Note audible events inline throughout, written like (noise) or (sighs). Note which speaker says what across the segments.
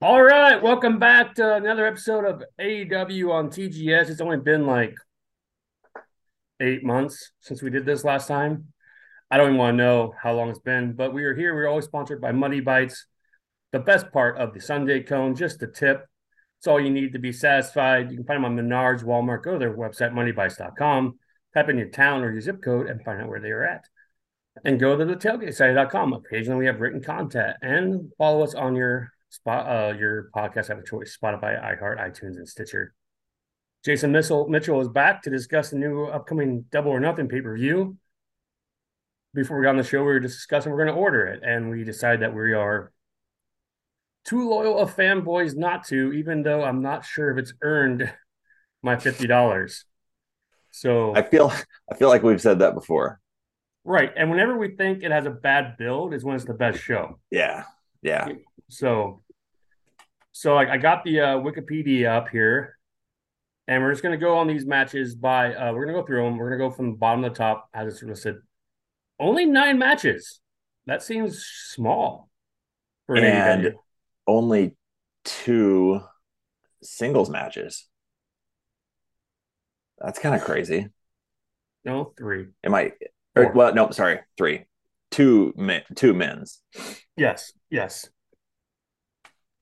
Speaker 1: All right, welcome back to another episode of AEW on TGS. It's only been like eight months since we did this last time. I don't even want to know how long it's been, but we are here. We're always sponsored by Muddy Bites, the best part of the Sunday cone, just the tip. It's all you need to be satisfied. You can find them on Menards, Walmart. Go to their website, muddybites.com. Type in your town or your zip code and find out where they are at. And go to the tailgatesite.com. Occasionally, we have written content and follow us on your spot uh, your podcast have a choice spotify iheart itunes and stitcher jason mitchell, mitchell is back to discuss the new upcoming double or nothing pay-per-view before we got on the show we were discussing we're going to order it and we decided that we are too loyal of fanboys not to even though i'm not sure if it's earned my $50 so
Speaker 2: I feel I feel like we've said that before.
Speaker 1: right and whenever we think it has a bad build is when it's the best show
Speaker 2: Yeah. Yeah.
Speaker 1: So, so like I got the uh, Wikipedia up here, and we're just gonna go on these matches by uh, we're gonna go through them. We're gonna go from the bottom to the top as it's listed. Only nine matches. That seems small. For an
Speaker 2: And-
Speaker 1: AEW.
Speaker 2: Only two singles matches. That's kind of crazy.
Speaker 1: no three.
Speaker 2: Am I or-
Speaker 1: Four.
Speaker 2: well, no, sorry, three. Two men two men's.
Speaker 1: Yes, yes.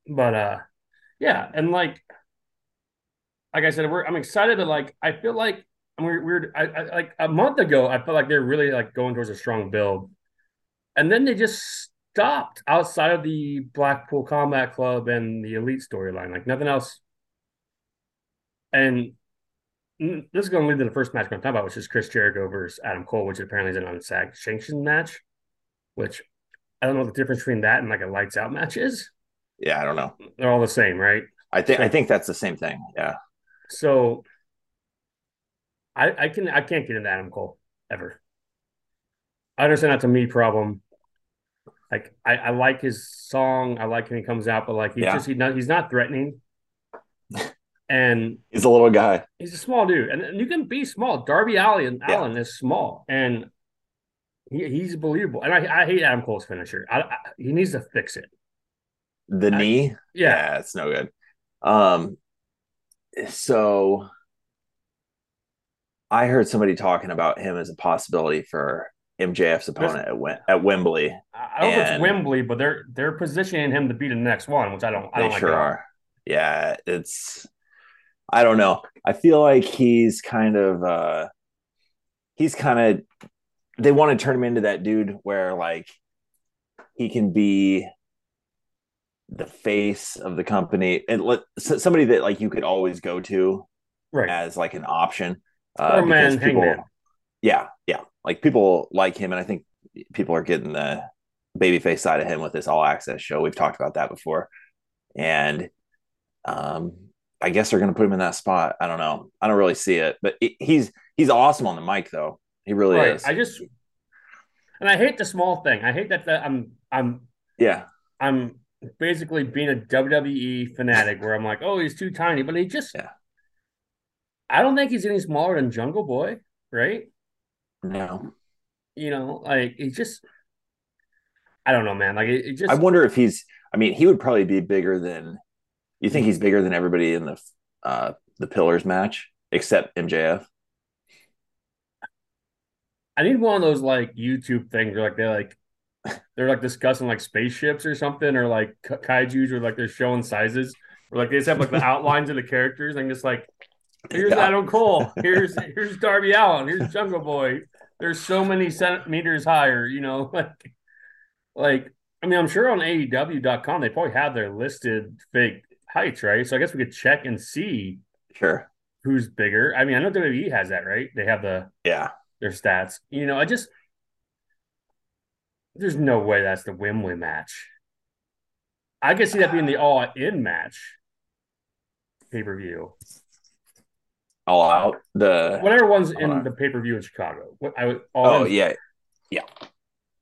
Speaker 1: But uh yeah, and like like I said, we're I'm excited, but like I feel like we're we're I, I like a month ago I felt like they're really like going towards a strong build. And then they just stopped outside of the Blackpool Combat Club and the Elite storyline. Like nothing else. And mm, this is gonna lead to the first match I'm gonna talk about, which is Chris Jericho versus Adam Cole, which apparently is an unsanctioned sanction match, which I don't know what the difference between that and like a lights out match is.
Speaker 2: Yeah, I don't know.
Speaker 1: They're all the same, right?
Speaker 2: I think I think that's the same thing. Yeah.
Speaker 1: So I I can I can't get into Adam Cole ever. I understand that's a me problem. Like I, I like his song, I like when he comes out, but like he's
Speaker 2: Yeah.
Speaker 1: just he's not he's not
Speaker 2: (laughs)
Speaker 1: threatening. and
Speaker 2: He's a little guy.
Speaker 1: he's a small dude, and, and you can be small. Darby Allen
Speaker 2: Yeah.
Speaker 1: Allen is small, and he, he's believable. And I, I hate Adam Cole's finisher. I, I, he needs to fix it.
Speaker 2: The
Speaker 1: I-
Speaker 2: knee.
Speaker 1: Yeah,
Speaker 2: yeah, it's no good. Um, so I heard somebody talking about him as a possibility for MJF's opponent at, Wem- at Wembley.
Speaker 1: I don't know if it's
Speaker 2: And-
Speaker 1: Wembley, but they're they're positioning him to be the next one, which I don't. I
Speaker 2: They
Speaker 1: don't like
Speaker 2: sure
Speaker 1: that.
Speaker 2: are. Yeah, it's. I don't know. I feel like he's kind of. uh He's kind of. They want to turn him into that dude where like he can be the face of the company and let so- somebody that like you could always go to
Speaker 1: Right.
Speaker 2: as like an option. uh,
Speaker 1: Or man,
Speaker 2: because people,
Speaker 1: Hangman.
Speaker 2: yeah, yeah, like people like him, and I think people are getting the babyface side of him with this all access show. We've talked about that before, and um, I guess they're going to put him in that spot. I don't know. I don't really see it, but it, he's he's awesome on the mic, though. He really
Speaker 1: right.
Speaker 2: is.
Speaker 1: I just and I hate the small thing. I hate that, that I'm I'm
Speaker 2: yeah,
Speaker 1: I'm basically being a WWE fanatic where I'm like, oh, he's too tiny, but he just.
Speaker 2: Yeah.
Speaker 1: I don't think he's any smaller than Jungle Boy, right?
Speaker 2: no.
Speaker 1: You know, like he just. I don't know, man. Like it, it just.
Speaker 2: I wonder if he's. I mean, he would probably be bigger than. You think he's bigger than everybody in the uh, the Pillars match except MJF?
Speaker 1: I need one of those like YouTube things where like they're like (sighs) they're like discussing like spaceships or something or like k- kaiju's or like they're showing sizes or like they just have like the outlines of the characters and just like here's
Speaker 2: Yeah.
Speaker 1: Adam Cole, here's here's Darby Allen, here's Jungle Boy. There's so many centimeters higher, you know, (laughs) like like I mean I'm sure on E AEW.com they probably have their listed fake heights, right? So I guess we could check and see
Speaker 2: Sure.
Speaker 1: who's bigger. I mean I know WWE has that, right? They have the
Speaker 2: Yeah.
Speaker 1: their stats. You know, I just there's no way that's the Wembley match. I could see that being
Speaker 2: Uh,
Speaker 1: the all in match pay per view.
Speaker 2: all out the
Speaker 1: Whatever one's in
Speaker 2: Hold on.
Speaker 1: the pay per view in Chicago. What I would all
Speaker 2: oh
Speaker 1: in,
Speaker 2: yeah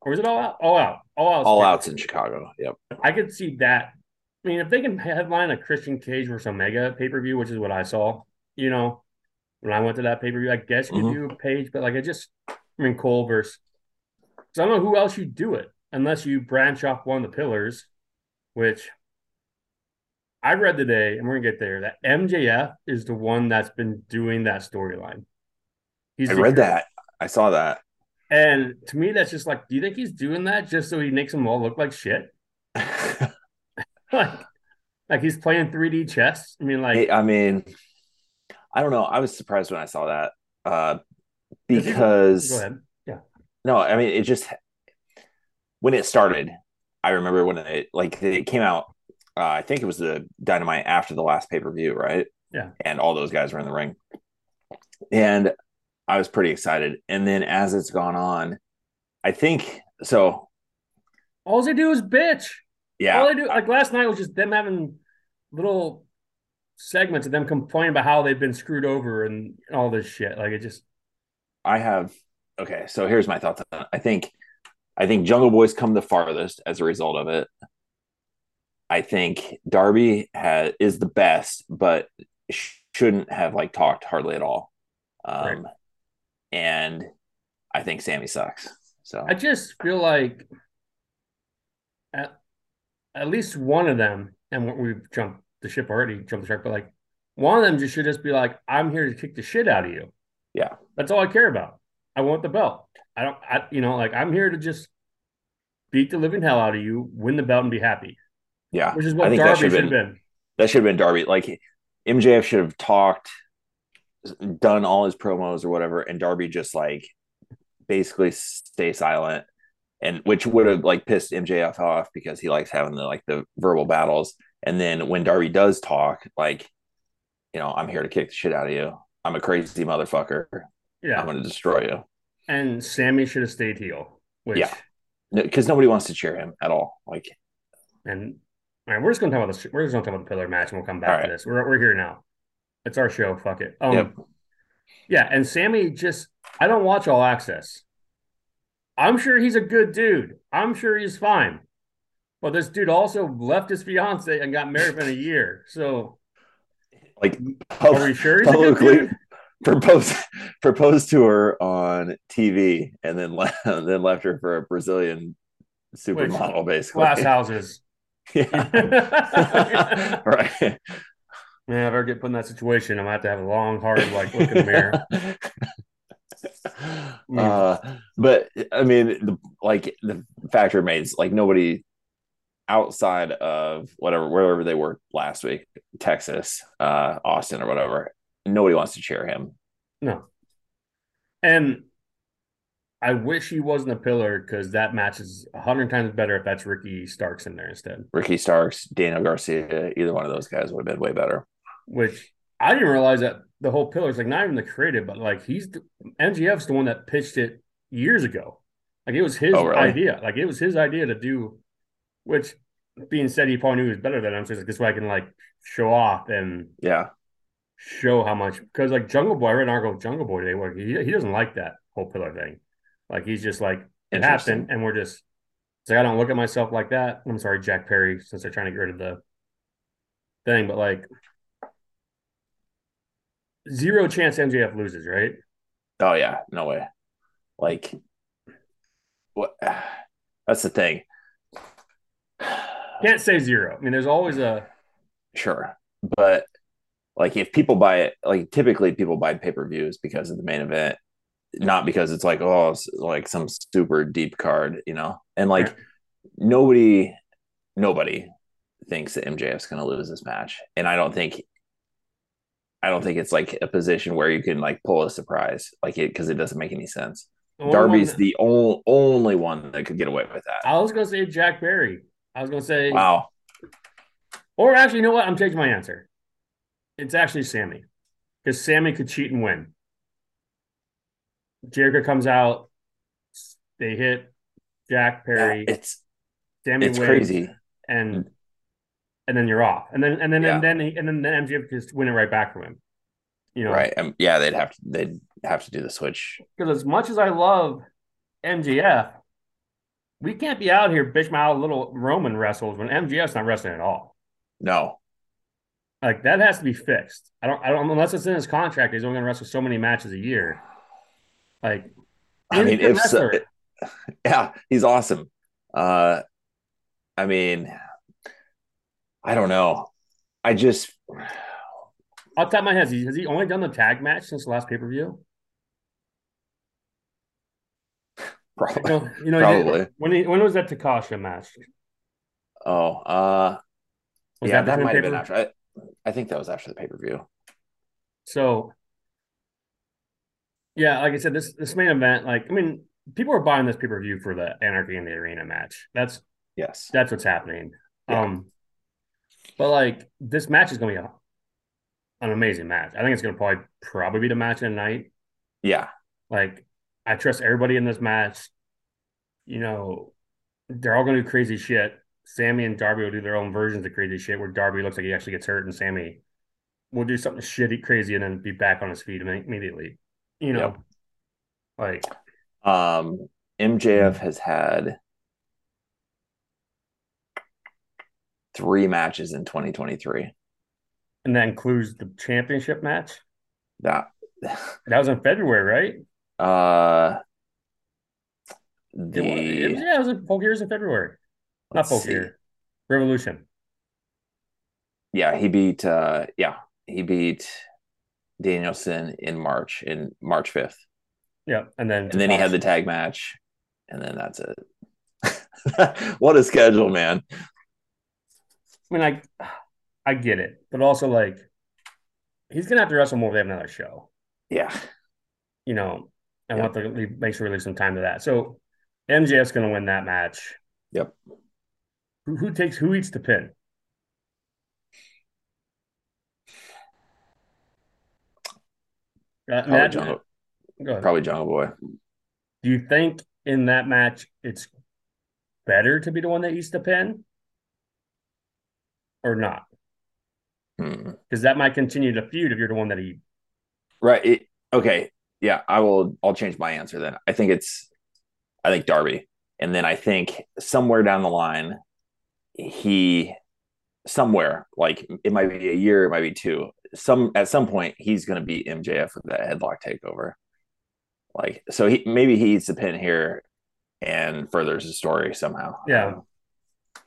Speaker 1: or is it all out? All out. All out.
Speaker 2: all outs in chicago yep
Speaker 1: I could see that. I mean, if they can headline a Christian Cage versus Omega pay per view, which is what I saw, you know, when I went to that pay per view, I guess you
Speaker 2: Mm-hmm.
Speaker 1: could do a page, but like I just, I mean, Cole versus, because I don't know who else you do it unless you branch off one of the pillars, which I read today, and we're gonna get there. That MJF is the one that's been doing that storyline. He's
Speaker 2: I
Speaker 1: the-
Speaker 2: read that. I saw that. (laughs)
Speaker 1: and to me, that's just like, do you think he's doing that just so he makes them all look like shit? (laughs) like, like he's playing 3D chess. I mean, like,
Speaker 2: I mean, I don't know. I was surprised when I saw that uh,
Speaker 1: Is he-
Speaker 2: because
Speaker 1: go ahead.
Speaker 2: no, I mean, it just when it started, I remember when it like it came out. Uh, I think it was the Dynamite after the last pay per view, right?
Speaker 1: Yeah.
Speaker 2: And all those guys were in the ring, and I was pretty excited. And then as it's gone on, I think so.
Speaker 1: All they do is bitch. All
Speaker 2: Yeah,
Speaker 1: they do, like last night, was just them having little segments of them complaining about how they've been screwed over and all this shit. Like, it just
Speaker 2: I have. Okay, so here's my thoughts on it. I think, I think Jungle Boys come the farthest as a result of it. I think Darby has is the best, but sh- shouldn't have like talked hardly at all. Um,
Speaker 1: Right.
Speaker 2: and I think Sammy sucks. So
Speaker 1: I just feel like at, at least one of them, and we- we've jumped the ship already, jumped the shark, but like one of them just should just be like, I'm here to kick the shit out of you.
Speaker 2: Yeah.
Speaker 1: That's all I care about. I want the belt. I don't, I, you know, like I'm here to just beat the living hell out of you, win the belt, and be happy,
Speaker 2: yeah,
Speaker 1: which is what
Speaker 2: think that
Speaker 1: Darby
Speaker 2: should've
Speaker 1: should have been.
Speaker 2: that should have been Darby. Like MJF should have talked, done all his promos or whatever, and Darby just like basically stay silent, and which would have like pissed MJF off because he likes having the like the verbal battles. And then when Darby does talk, like, you know, I'm here to kick the shit out of you. I'm a crazy motherfucker. I'm
Speaker 1: Yeah.
Speaker 2: going to destroy you.
Speaker 1: And Sammy should have stayed heel, which,
Speaker 2: Yeah. Because nobody wants to cheer him at all. Like,
Speaker 1: and all right, we're just going to talk about this. We're just going to talk about the pillar match and we'll come back
Speaker 2: All
Speaker 1: to
Speaker 2: right.
Speaker 1: this. We're, we're here now. It's our show. Fuck it. Um,
Speaker 2: Yep.
Speaker 1: Yeah, and Sammy just I don't watch all access. I'm sure he's a good dude. I'm sure he's fine. But this dude also left his fiance and got married within a year. So
Speaker 2: like
Speaker 1: are we sure he's a good
Speaker 2: Oh, publicly
Speaker 1: dude?
Speaker 2: (laughs) proposed proposed to her on TV and then left, (laughs) then left her for a Brazilian supermodel, basically.
Speaker 1: Glass houses.
Speaker 2: (laughs)
Speaker 1: (laughs)
Speaker 2: Yeah. (laughs)
Speaker 1: yeah, (laughs)
Speaker 2: right.
Speaker 1: I better get put in that situation. I'm gonna have to have a long, hard like look in the mirror. Hmm.
Speaker 2: Uh, but I mean, the, like the fact remains, like nobody outside of whatever wherever they were last week, Texas, uh, Austin, or whatever, nobody wants to cheer him.
Speaker 1: No. And I wish he wasn't a pillar because that match is a hundred times better if that's Ricky Starks in there instead.
Speaker 2: Ricky Starks, Daniel Garcia, either one of those guys would have been way better.
Speaker 1: which I didn't realize that the whole pillar is like not even the creative, but like he's the, MGF's the one that pitched it years ago. Like it was his
Speaker 2: Oh, really?
Speaker 1: idea. Like it was his idea to do, which being said, he probably knew he was better than him. So it's like this way I can like show off and
Speaker 2: Yeah.
Speaker 1: show how much because like Jungle Boy, I read an article with Jungle Boy today where he, he doesn't like that whole pillar thing. Like he's just like it
Speaker 2: Interesting.
Speaker 1: happened and we're just it's like I don't look at myself like that. I'm sorry, Jack Perry, since they're trying to get rid of the thing, but like zero chance MJF loses, right?
Speaker 2: Oh yeah, no way. Like what (sighs) that's the thing.
Speaker 1: Can't say zero. I mean, there's always a
Speaker 2: Sure. But like if people buy it, like typically people buy pay-per-views because of the main event, not because it's like, oh, it's like some super deep card, you know? And like
Speaker 1: Right.
Speaker 2: nobody nobody thinks that MJF's gonna lose this match. And I don't think I don't think it's like a position where you can like pull a surprise, like it because it doesn't make any sense.
Speaker 1: the only one
Speaker 2: Darby's
Speaker 1: that-
Speaker 2: the only only one that could get away with that.
Speaker 1: I was gonna say Jack Perry. I was gonna say
Speaker 2: Wow.
Speaker 1: or actually, you know what? I'm changing my answer. It's actually Sammy. Because Sammy could cheat and win. Jericho comes out, they hit Jack Perry,
Speaker 2: It's
Speaker 1: Sammy
Speaker 2: it's
Speaker 1: wins.
Speaker 2: crazy.
Speaker 1: and and then you're off, and then and then
Speaker 2: Hmm. Yeah.
Speaker 1: and then he, and then the MJF just win it right back from him. You know,
Speaker 2: Right. Um, yeah, they'd have to they'd have to do the switch.
Speaker 1: Because as much as I love MJF, we can't be out here bitch my little Roman wrestles when MJF's not wrestling at all.
Speaker 2: No. (laughs)
Speaker 1: Like that has to be fixed. I don't. I don't unless it's in his contract. He's only going to wrestle so many matches a year. Like,
Speaker 2: I
Speaker 1: he's a
Speaker 2: mean
Speaker 1: good
Speaker 2: if so,
Speaker 1: wrestler.
Speaker 2: yeah, he's awesome. Uh I mean I don't know. I just (sighs)
Speaker 1: Off the top of my head, has he, has he only done the tag match since the last pay per
Speaker 2: (laughs)
Speaker 1: view?
Speaker 2: probably
Speaker 1: No, you know, he did-
Speaker 2: probably.
Speaker 1: when he, when was that Takasha match?
Speaker 2: (laughs) Oh, uh,
Speaker 1: Was
Speaker 2: yeah, that
Speaker 1: between
Speaker 2: might have been
Speaker 1: pay-per-view?
Speaker 2: after. I, I think that was after the pay per view.
Speaker 1: So, yeah, like I said, this this main event, like I mean, people are buying this pay per view for the Anarchy in the Arena match. That's
Speaker 2: Yes.
Speaker 1: that's what's happening.
Speaker 2: Yeah.
Speaker 1: Um, but like this match is gonna be a, an amazing match. I think it's gonna probably probably be the match of the night.
Speaker 2: Yeah.
Speaker 1: Like I trust everybody in this match. You know, they're all gonna do crazy shit. Sammy and Darby will do their own versions of crazy shit where Darby looks like he actually gets hurt and Sammy will do something shitty crazy and then be back on his feet imme- immediately. You know,
Speaker 2: Yep.
Speaker 1: like
Speaker 2: Um, MJF has had three matches in 2023.
Speaker 1: and that includes the championship match.
Speaker 2: That (sighs)
Speaker 1: That was in February, right?
Speaker 2: uh
Speaker 1: It wa- it was-
Speaker 2: the
Speaker 1: yeah, it was in Folk Heroes in February. Not
Speaker 2: let's
Speaker 1: Folk
Speaker 2: see.
Speaker 1: Hero. Revolution.
Speaker 2: Yeah, he beat uh yeah, he beat Danielson in March in March 5th.
Speaker 1: Yeah. And then
Speaker 2: And then he had the tag match and then that's it. (laughs) What a schedule, man.
Speaker 1: I mean, I I get it, but also like he's gonna have to wrestle more if they have another show,
Speaker 2: Yeah.
Speaker 1: you know. And
Speaker 2: Yeah.
Speaker 1: we'll have to leave, make sure we leave some time to that. So MJF's gonna win that match.
Speaker 2: Yep.
Speaker 1: Who, who takes who eats the pin? Uh,
Speaker 2: Probably
Speaker 1: Matt,
Speaker 2: Jungle,
Speaker 1: go ahead.
Speaker 2: probably Jungle Boy.
Speaker 1: Do you think in that match it's better to be the one that eats the pin or not?
Speaker 2: Hmm.
Speaker 1: Because that might continue the feud if you're the one that he.
Speaker 2: Right. It, okay. Yeah, I will I'll change my answer then. I think it's I think Darby. And then I think somewhere down the line he somewhere like it might be a year, it might be two. Some at some point he's going to be MJF with that headlock takeover. Like so he maybe he eats the pin here and furthers the story somehow.
Speaker 1: Yeah. Um, I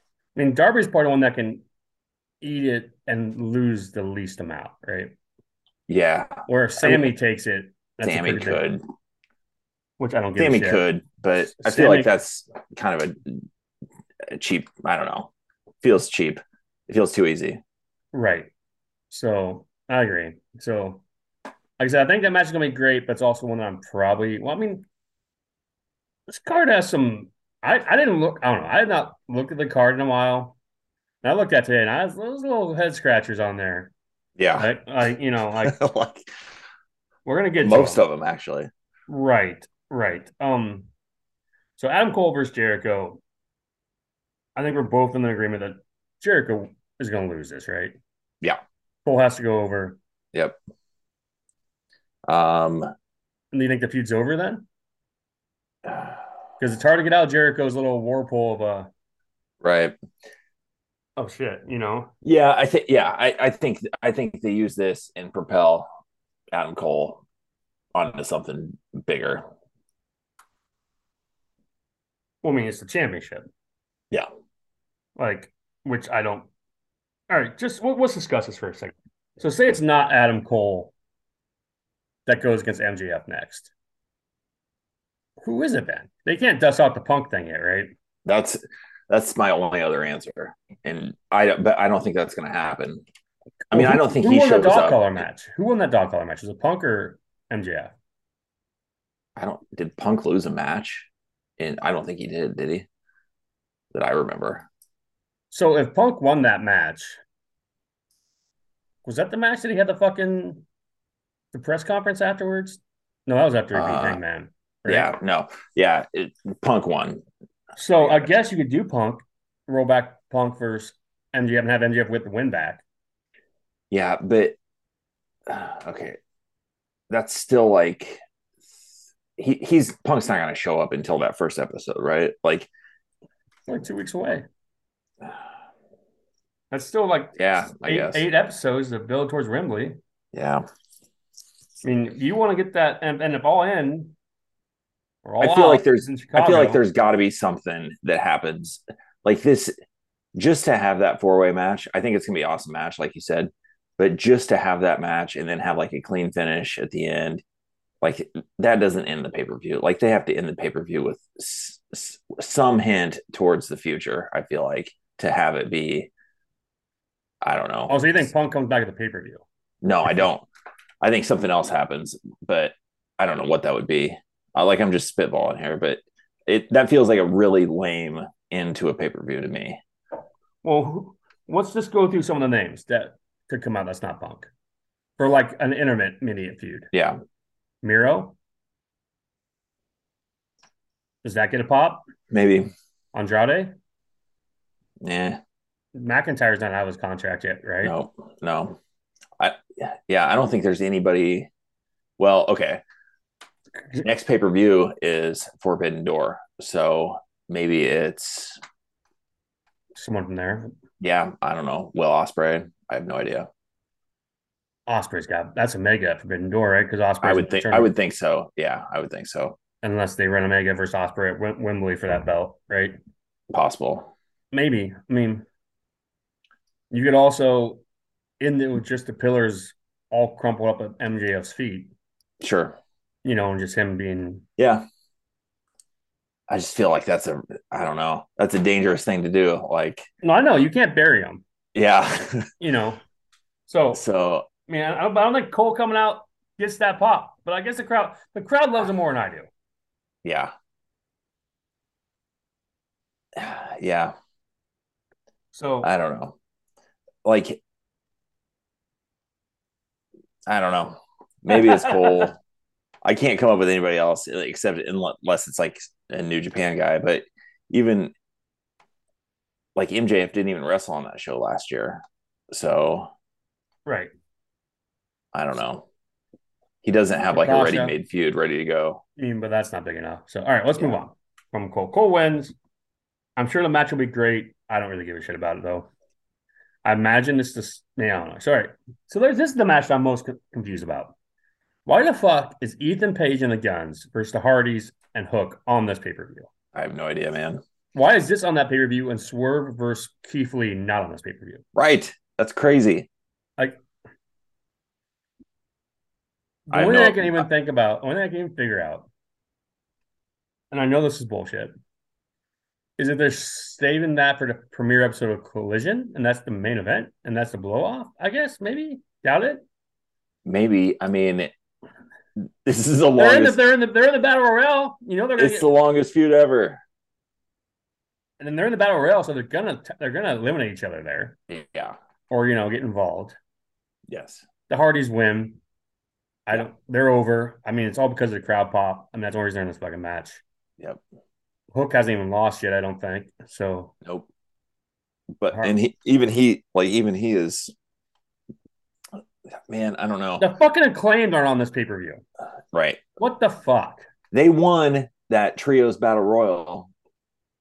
Speaker 1: mean, Darby's probably the one that can eat it and lose the least amount, right?
Speaker 2: Yeah.
Speaker 1: Or if
Speaker 2: I mean,
Speaker 1: Sammy takes it, that's a
Speaker 2: Sammy
Speaker 1: pretty big-
Speaker 2: could.
Speaker 1: which I don't give
Speaker 2: Sammy
Speaker 1: a shit.
Speaker 2: could, but I feel
Speaker 1: Sammy-
Speaker 2: like that's kind of a, a cheap. I don't know. Feels cheap. It feels too easy.
Speaker 1: Right. So I agree. So, like I said, I think that match is gonna be great, but it's also one that I'm probably. Well, I mean, this card has some. I I didn't look. I don't know. I had not looked at the card in a while. And I looked at it today, and I was those little head scratchers on there.
Speaker 2: Yeah,
Speaker 1: Like, like you know, like
Speaker 2: (laughs) like
Speaker 1: we're gonna get to
Speaker 2: most
Speaker 1: them.
Speaker 2: of them actually.
Speaker 1: Right, right. Um, so Adam Cole versus Jericho. I think we're both in the agreement that Jericho is going to lose this, right?
Speaker 2: Yeah.
Speaker 1: Cole has to go over.
Speaker 2: Um,
Speaker 1: And do you think the feud's over then? Because it's hard to get out of Jericho's little whirlpool of uh
Speaker 2: right.
Speaker 1: oh shit, you know.
Speaker 2: Yeah, I think. Yeah, I, I think. I think they use this and propel Adam Cole onto something bigger.
Speaker 1: Well, I mean, it's the championship.
Speaker 2: Yeah.
Speaker 1: Like, which I don't. All right, just let- let's discuss this for a second. So, say it's not Adam Cole that goes against MJF next. Who is it then? They can't dust out the Punk thing yet, right?
Speaker 2: That's that's my only other answer, and I don't. But I don't think that's going to happen. I mean,
Speaker 1: Well,
Speaker 2: I
Speaker 1: who-
Speaker 2: don't think
Speaker 1: who
Speaker 2: he
Speaker 1: won the
Speaker 2: shows
Speaker 1: dog
Speaker 2: up.
Speaker 1: collar match. Who won that dog collar match? Was it Punk or MJF?
Speaker 2: I don't did Punk lose a match? And I don't think he did, did he? That I remember.
Speaker 1: So, if Punk won that match, was that the match that he had the fucking the press conference afterwards? No, that was after he
Speaker 2: Uh,
Speaker 1: beat Hangman. right?
Speaker 2: Yeah, no. Yeah, it, Punk won.
Speaker 1: So I guess you could do Punk, roll back Punk versus MJF and have MJF with the win back.
Speaker 2: Yeah, but (sighs) uh, okay. That's still like he he's Punk's not going to show up until that first episode, right? Like
Speaker 1: It's like two weeks away. That's still like
Speaker 2: yeah, I
Speaker 1: eight,
Speaker 2: guess.
Speaker 1: eight episodes to build towards Wembley.
Speaker 2: Yeah.
Speaker 1: I mean, if you want to get that, and, and if all in, or all
Speaker 2: I feel
Speaker 1: out
Speaker 2: like there's-
Speaker 1: is in
Speaker 2: I feel
Speaker 1: Chicago,
Speaker 2: like there's got to be something that happens. Like this just to have that four way match, I think it's gonna be an awesome match, like you said. But just to have that match and then have like a clean finish at the end, like that doesn't end the pay per view. Like they have to end the pay per view with s- s- some hint towards the future. I feel like to have it be, I don't know.
Speaker 1: Oh, so you think Punk comes back at the pay per view?
Speaker 2: No, I don't. I think something else happens, but I don't know what that would be. I, like I'm just spitballing here, but it that feels like a really lame end to a pay per view to me.
Speaker 1: Well, who- let's just go through some of the names that could come out. That's not Punk for like an intermediate feud.
Speaker 2: Yeah,
Speaker 1: Miro. Does that get a pop?
Speaker 2: maybe.
Speaker 1: Andrade.
Speaker 2: Yeah,
Speaker 1: McIntyre's not out of his contract yet, right?
Speaker 2: no, no. I yeah, I don't think there's anybody. Well, okay. Next pay per view is Forbidden Door, so maybe it's
Speaker 1: Someone from there.
Speaker 2: yeah. I don't know. Will Osprey. I have no idea.
Speaker 1: Osprey's got that's a mega at Forbidden Door, right? Because Osprey
Speaker 2: I would think. I would think so. Yeah, I would think so.
Speaker 1: unless they run a mega versus Osprey at Wim- Wembley for that belt, right?
Speaker 2: Possible.
Speaker 1: Maybe. I mean, you could also end it with just the pillars all crumpled up at MJF's feet,
Speaker 2: Sure.
Speaker 1: you know, and just him being
Speaker 2: Yeah. I just feel like that's a I don't know. That's a dangerous thing to do. Like,
Speaker 1: no, I know you can't bury him,
Speaker 2: yeah. (laughs)
Speaker 1: you know. So
Speaker 2: so
Speaker 1: I mean, I don't, I don't think Cole coming out gets that pop, but I guess the crowd the crowd loves him more than I do.
Speaker 2: yeah. (sighs) Yeah,
Speaker 1: So
Speaker 2: I don't know. Like I don't know. Maybe it's Cole. I can't come up with anybody else except unless it's like a New Japan guy, but even like MJF didn't even wrestle on that show last year. So
Speaker 1: right,
Speaker 2: I don't know. He doesn't have like a
Speaker 1: Natasha.
Speaker 2: ready made feud ready to go.
Speaker 1: I mean, but that's not big enough. So all right, let's move
Speaker 2: Yeah.
Speaker 1: on from Cole. Cole wins. I'm sure the match will be great. I don't really give a shit about it though. I imagine it's just yeah, I don't know. So, all right. So there's this is the match that I'm most co- confused about. Why the fuck is Ethan Page and the Guns versus the Hardys and Hook on this pay per view?
Speaker 2: I have no idea, man.
Speaker 1: Why is this on that pay per view and Swerve versus Keith Lee not on this pay per view?
Speaker 2: Right. That's crazy.
Speaker 1: The
Speaker 2: I
Speaker 1: only
Speaker 2: know-
Speaker 1: thing I can even think about, the only thing I can even figure out, and I know this is bullshit, is that they're saving that for the premiere episode of Collision, and that's the main event, and that's the blow off, I guess, maybe. Doubt it.
Speaker 2: Maybe. I mean, this is
Speaker 1: They're
Speaker 2: the
Speaker 1: in the,
Speaker 2: longest.
Speaker 1: they're in the they're in the battle royale. You know they're gonna
Speaker 2: It's
Speaker 1: get,
Speaker 2: the longest feud ever.
Speaker 1: and then they're in the battle royale, so they're gonna they're gonna eliminate each other there,
Speaker 2: Yeah.
Speaker 1: or you know get involved.
Speaker 2: Yes.
Speaker 1: The Hardys win. I don't. They're over. I mean, it's all because of the crowd pop. I mean, that's the only reason they're in this fucking match.
Speaker 2: Yep.
Speaker 1: Hook hasn't even lost yet. I don't think so.
Speaker 2: Nope. But
Speaker 1: Har-
Speaker 2: and he even he like even he is man, I don't know.
Speaker 1: The fucking acclaimed aren't on this pay per view.
Speaker 2: Right.
Speaker 1: What the fuck?
Speaker 2: They won that trios battle royal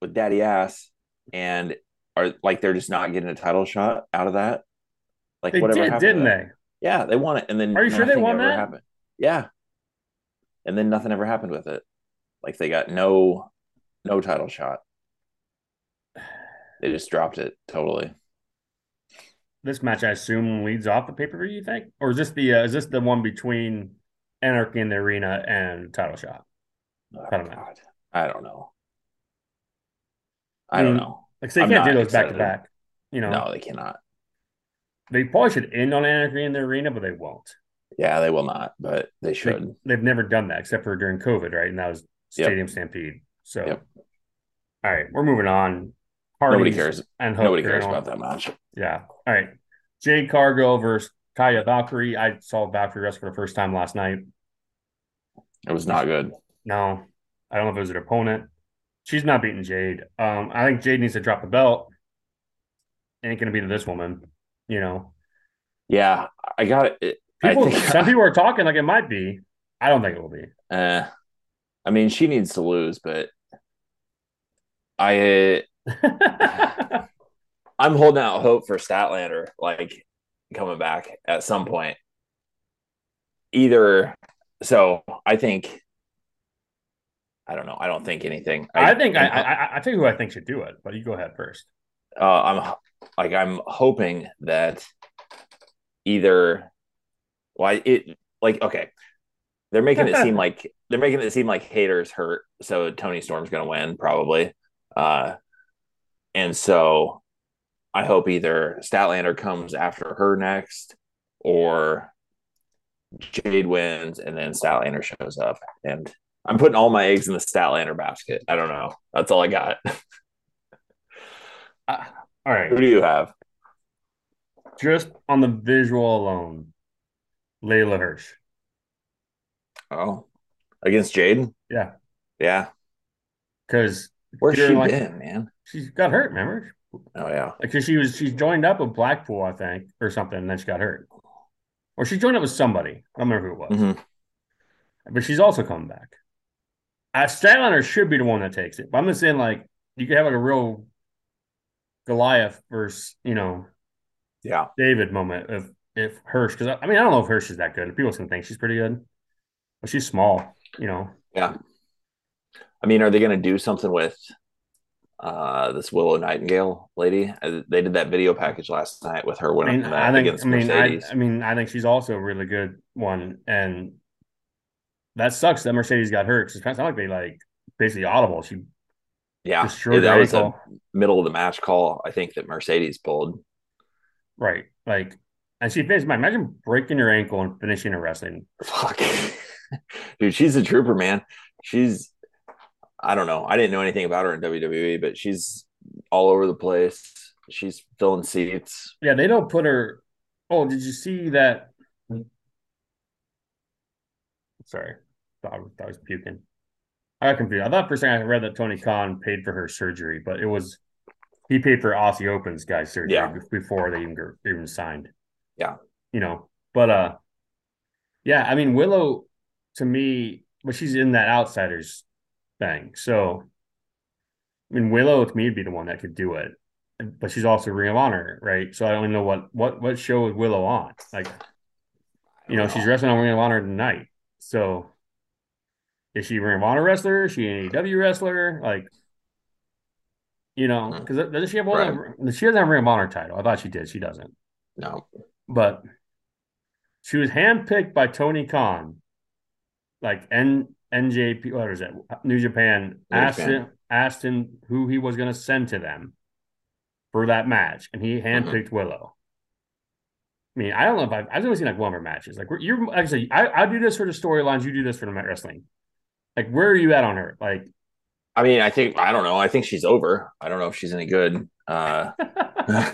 Speaker 2: with Daddy Ass and are like they're just not getting a title shot out of that. Like
Speaker 1: They
Speaker 2: whatever
Speaker 1: did,
Speaker 2: happened to
Speaker 1: didn't
Speaker 2: that.
Speaker 1: they?
Speaker 2: Yeah, they won it, and then
Speaker 1: Are you sure they
Speaker 2: nothing
Speaker 1: won
Speaker 2: ever
Speaker 1: that?
Speaker 2: Happened. Yeah, and then nothing ever happened with it. Like they got no, no title shot. They just dropped it totally.
Speaker 1: This match, I assume, leads off the pay per view. You think, or is this the uh, is this the one between Anarchy in the Arena and Title Shot?
Speaker 2: Oh,
Speaker 1: I don't know.
Speaker 2: God. I don't know. I don't
Speaker 1: Mm,
Speaker 2: know.
Speaker 1: Like, so you
Speaker 2: I'm
Speaker 1: can't do
Speaker 2: not
Speaker 1: those back to
Speaker 2: excited.
Speaker 1: back. You know,
Speaker 2: No, they cannot.
Speaker 1: they probably should end on Anarchy in the Arena, but they won't.
Speaker 2: Yeah, they will not. But they should.
Speaker 1: They, have never done that except for during COVID, right? And that was
Speaker 2: Yep.
Speaker 1: Stadium Stampede. So,
Speaker 2: Yep.
Speaker 1: all right, we're moving on.
Speaker 2: Nobody
Speaker 1: Hardys
Speaker 2: cares.
Speaker 1: And Hook
Speaker 2: Nobody
Speaker 1: are
Speaker 2: cares
Speaker 1: on-
Speaker 2: about that match.
Speaker 1: Yeah. All right. Jade Cargo versus Kaya Valkyrie. I saw Valkyrie wrestle for the first time last night.
Speaker 2: It was not good.
Speaker 1: No, I don't know if it was an opponent. She's not beating Jade. Um, I think Jade needs to drop the belt. Ain't gonna be to this woman, you know.
Speaker 2: Yeah, I got it. I
Speaker 1: People,
Speaker 2: think- (laughs)
Speaker 1: some people are talking like it might be. I don't think it will be.
Speaker 2: Uh, I mean, she needs to lose, but I. (laughs) I'm holding out hope for Statlander, like coming back at some point. Either, so I think, I don't know. I don't think anything.
Speaker 1: I think I, I I I tell you who I think should do it, but you go ahead first.
Speaker 2: uh, I'm like I'm hoping that either why it like okay they're making it seem like they're making it seem like haters hurt so Tony Storm's gonna win probably uh and so I hope either Statlander comes after her next or Jade wins and then Statlander shows up and I'm putting all my eggs in the Statlander basket I don't know that's all I got (laughs)
Speaker 1: Uh, all right.
Speaker 2: who do you have
Speaker 1: Just on the visual alone, Layla Hirsch.
Speaker 2: oh against Jade
Speaker 1: Yeah.
Speaker 2: yeah
Speaker 1: Because
Speaker 2: where's
Speaker 1: You're
Speaker 2: she
Speaker 1: like-
Speaker 2: been man
Speaker 1: she's got hurt, remember?
Speaker 2: oh yeah
Speaker 1: Like 'cause she was she's joined up with Blackpool, I think, or something, and then she got hurt. Or she joined up with somebody. I don't remember who it was.
Speaker 2: Mhm.
Speaker 1: But she's also coming back. I Statlander should be the one that takes it. But I'm just saying, like, you could have like a real Goliath versus, you know,
Speaker 2: yeah
Speaker 1: David moment if if Hirsch because I, I mean I don't know if Hirsch is that good. People can think she's pretty good, but she's small. You know,
Speaker 2: I mean, are they going to do something with uh, this Willow Nightingale lady? Uh, They did that video package last night with her
Speaker 1: I
Speaker 2: winning
Speaker 1: mean
Speaker 2: that
Speaker 1: I think
Speaker 2: against
Speaker 1: I mean I,
Speaker 2: Mercedes.
Speaker 1: I mean I think she's also a really good one, and that sucks that Mercedes got hurt. 'cause It's kind of like they like basically audible. She
Speaker 2: yeah,
Speaker 1: destroyed
Speaker 2: that
Speaker 1: her
Speaker 2: was a
Speaker 1: ankle.
Speaker 2: middle of the match call. I think that Mercedes pulled. (laughs)
Speaker 1: right? Like, and she finished. man, Imagine breaking your ankle and finishing a wrestling.
Speaker 2: Fuck, dude, she's a trooper, man. She's I don't know. I didn't know anything about her in WWE, but she's all over the place. She's filling seats.
Speaker 1: Yeah, they don't put her. Oh, did you see that? Sorry, thought I was, thought I was puking. I got confused. I thought for a second I read that Tony Khan paid for her surgery, but it was he paid for Aussie Open's guy's surgery
Speaker 2: Yeah.
Speaker 1: be- before they even got- even signed.
Speaker 2: Yeah.
Speaker 1: you know, but uh, yeah. I mean Willow to me, but she's in that outsiders thing. So, I mean Willow to me would be the one that could do it, but she's also Ring of Honor, right? So I don't even know what what what show is Willow on. Like, you know, she's wrestling on Ring of Honor tonight. So is she a Ring of Honor wrestler? Is she an AEW wrestler? Like, you know,
Speaker 2: Hmm.
Speaker 1: because doesn't she have one? of the- She doesn't have a Ring of Honor title. I thought she did. She doesn't.
Speaker 2: no,
Speaker 1: But she was handpicked by Tony Khan, like N NJP. What is it? New Japan
Speaker 2: New
Speaker 1: asked
Speaker 2: Japan.
Speaker 1: him asked him who he was going to send to them for that match, and
Speaker 2: Uh-huh.
Speaker 1: he handpicked Willow. I mean, I don't know if I've, I've only seen like one of her matches. Like we're- you're actually, I, I do this for the storylines. You do this for the mat wrestling. Like, where are you at on her? Like,
Speaker 2: I mean, I think I don't know. I think she's over. I don't know if she's any good.
Speaker 1: (laughs)
Speaker 2: Uh, (laughs)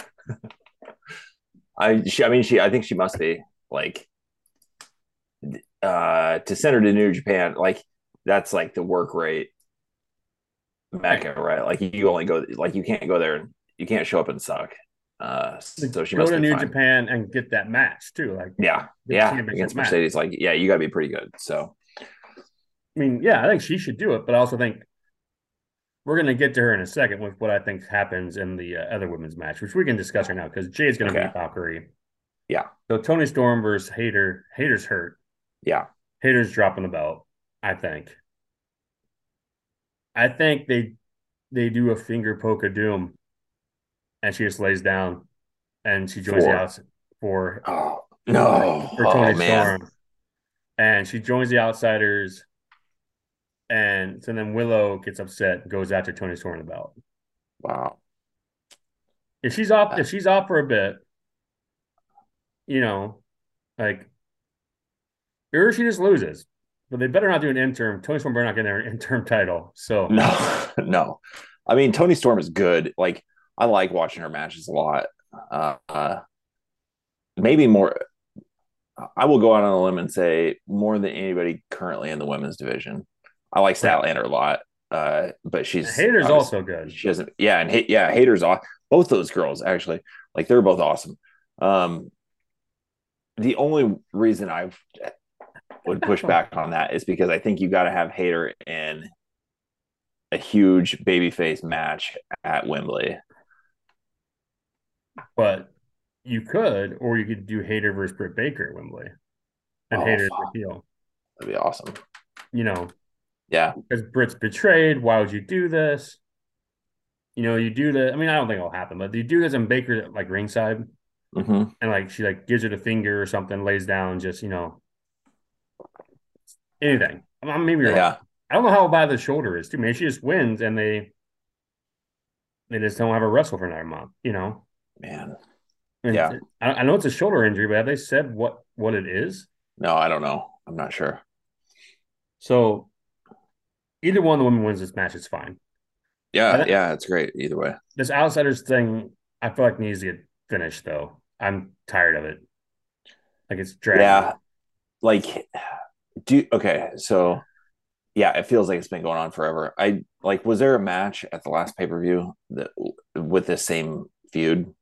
Speaker 2: I she, I mean she I think she must be like uh to send her to New Japan like that's like the work rate mecca right like you only go like you can't go there and you can't show up and suck uh so she
Speaker 1: go
Speaker 2: must
Speaker 1: to
Speaker 2: be
Speaker 1: New
Speaker 2: fine.
Speaker 1: Japan and get that match too. Like,
Speaker 2: yeah
Speaker 1: the
Speaker 2: yeah
Speaker 1: championship
Speaker 2: against
Speaker 1: match.
Speaker 2: Mercedes like yeah you got to be pretty good so
Speaker 1: I mean, yeah, I think she should do it, but I also think we're going to get to her in a second with what I think happens in the uh, other women's match, which we can discuss right now because Jade's going to
Speaker 2: Okay.
Speaker 1: beat Valkyrie.
Speaker 2: Yeah.
Speaker 1: So Tony Storm versus Hater. Hater's hurt.
Speaker 2: yeah
Speaker 1: Hater's dropping the belt. I think. I think they they do a finger poke of doom, and she just lays down, and she joins
Speaker 2: For-
Speaker 1: the outs for
Speaker 2: oh no
Speaker 1: for
Speaker 2: oh
Speaker 1: Tony
Speaker 2: man
Speaker 1: Storm. And she joins the Outsiders. And so then Willow gets upset, and goes after Tony Storm in the belt.
Speaker 2: wow
Speaker 1: If she's off, if she's off for a bit, you know, like, or she just loses. But they better not do an interim. Tony Storm better not get their interim title. So
Speaker 2: No, (laughs) no. I mean, Tony Storm is good. Like, I like watching her matches a lot. Uh, uh, maybe more. I will go out on a limb and say more than anybody currently in the women's division. I like Statlander a lot, uh, but she's
Speaker 1: Hater's
Speaker 2: obviously-
Speaker 1: also good.
Speaker 2: she doesn't. Yeah, and hate, yeah, haters. Aw- both those girls actually, like they're both awesome. Um, the only reason I would push back on that is because I think you got to have hater in a huge babyface match at Wembley.
Speaker 1: But you could, or you could do Hater versus Britt Baker at Wembley. And
Speaker 2: Oh,
Speaker 1: Hater's
Speaker 2: fuck.
Speaker 1: the heel.
Speaker 2: That'd be awesome.
Speaker 1: You know,
Speaker 2: Yeah,
Speaker 1: because Brit's betrayed. Why would you do this? you know, you do the. I mean, I don't think it'll happen, but you do this in Baker like ringside,
Speaker 2: hmm
Speaker 1: and like she like gives her the finger or something, lays down, just you know, anything. I mean, maybe you're.
Speaker 2: Yeah.
Speaker 1: I don't know how bad the shoulder is too. Maybe she just wins and they they just don't have a wrestle for another month. You know.
Speaker 2: Man.
Speaker 1: And
Speaker 2: Yeah.
Speaker 1: it's- I, I know it's a shoulder injury, but have they said what what it is?
Speaker 2: No, I don't know. I'm not sure.
Speaker 1: So either one of the women wins this match, it's fine.
Speaker 2: Yeah,
Speaker 1: But-
Speaker 2: yeah, it's great either way.
Speaker 1: This outsiders thing, I feel like needs to get finished though. I'm tired of it. Like it's dragging.
Speaker 2: Yeah. Like do okay, so yeah, it feels like it's been going on forever. I like was there a match at the last pay-per-view that with this same feud?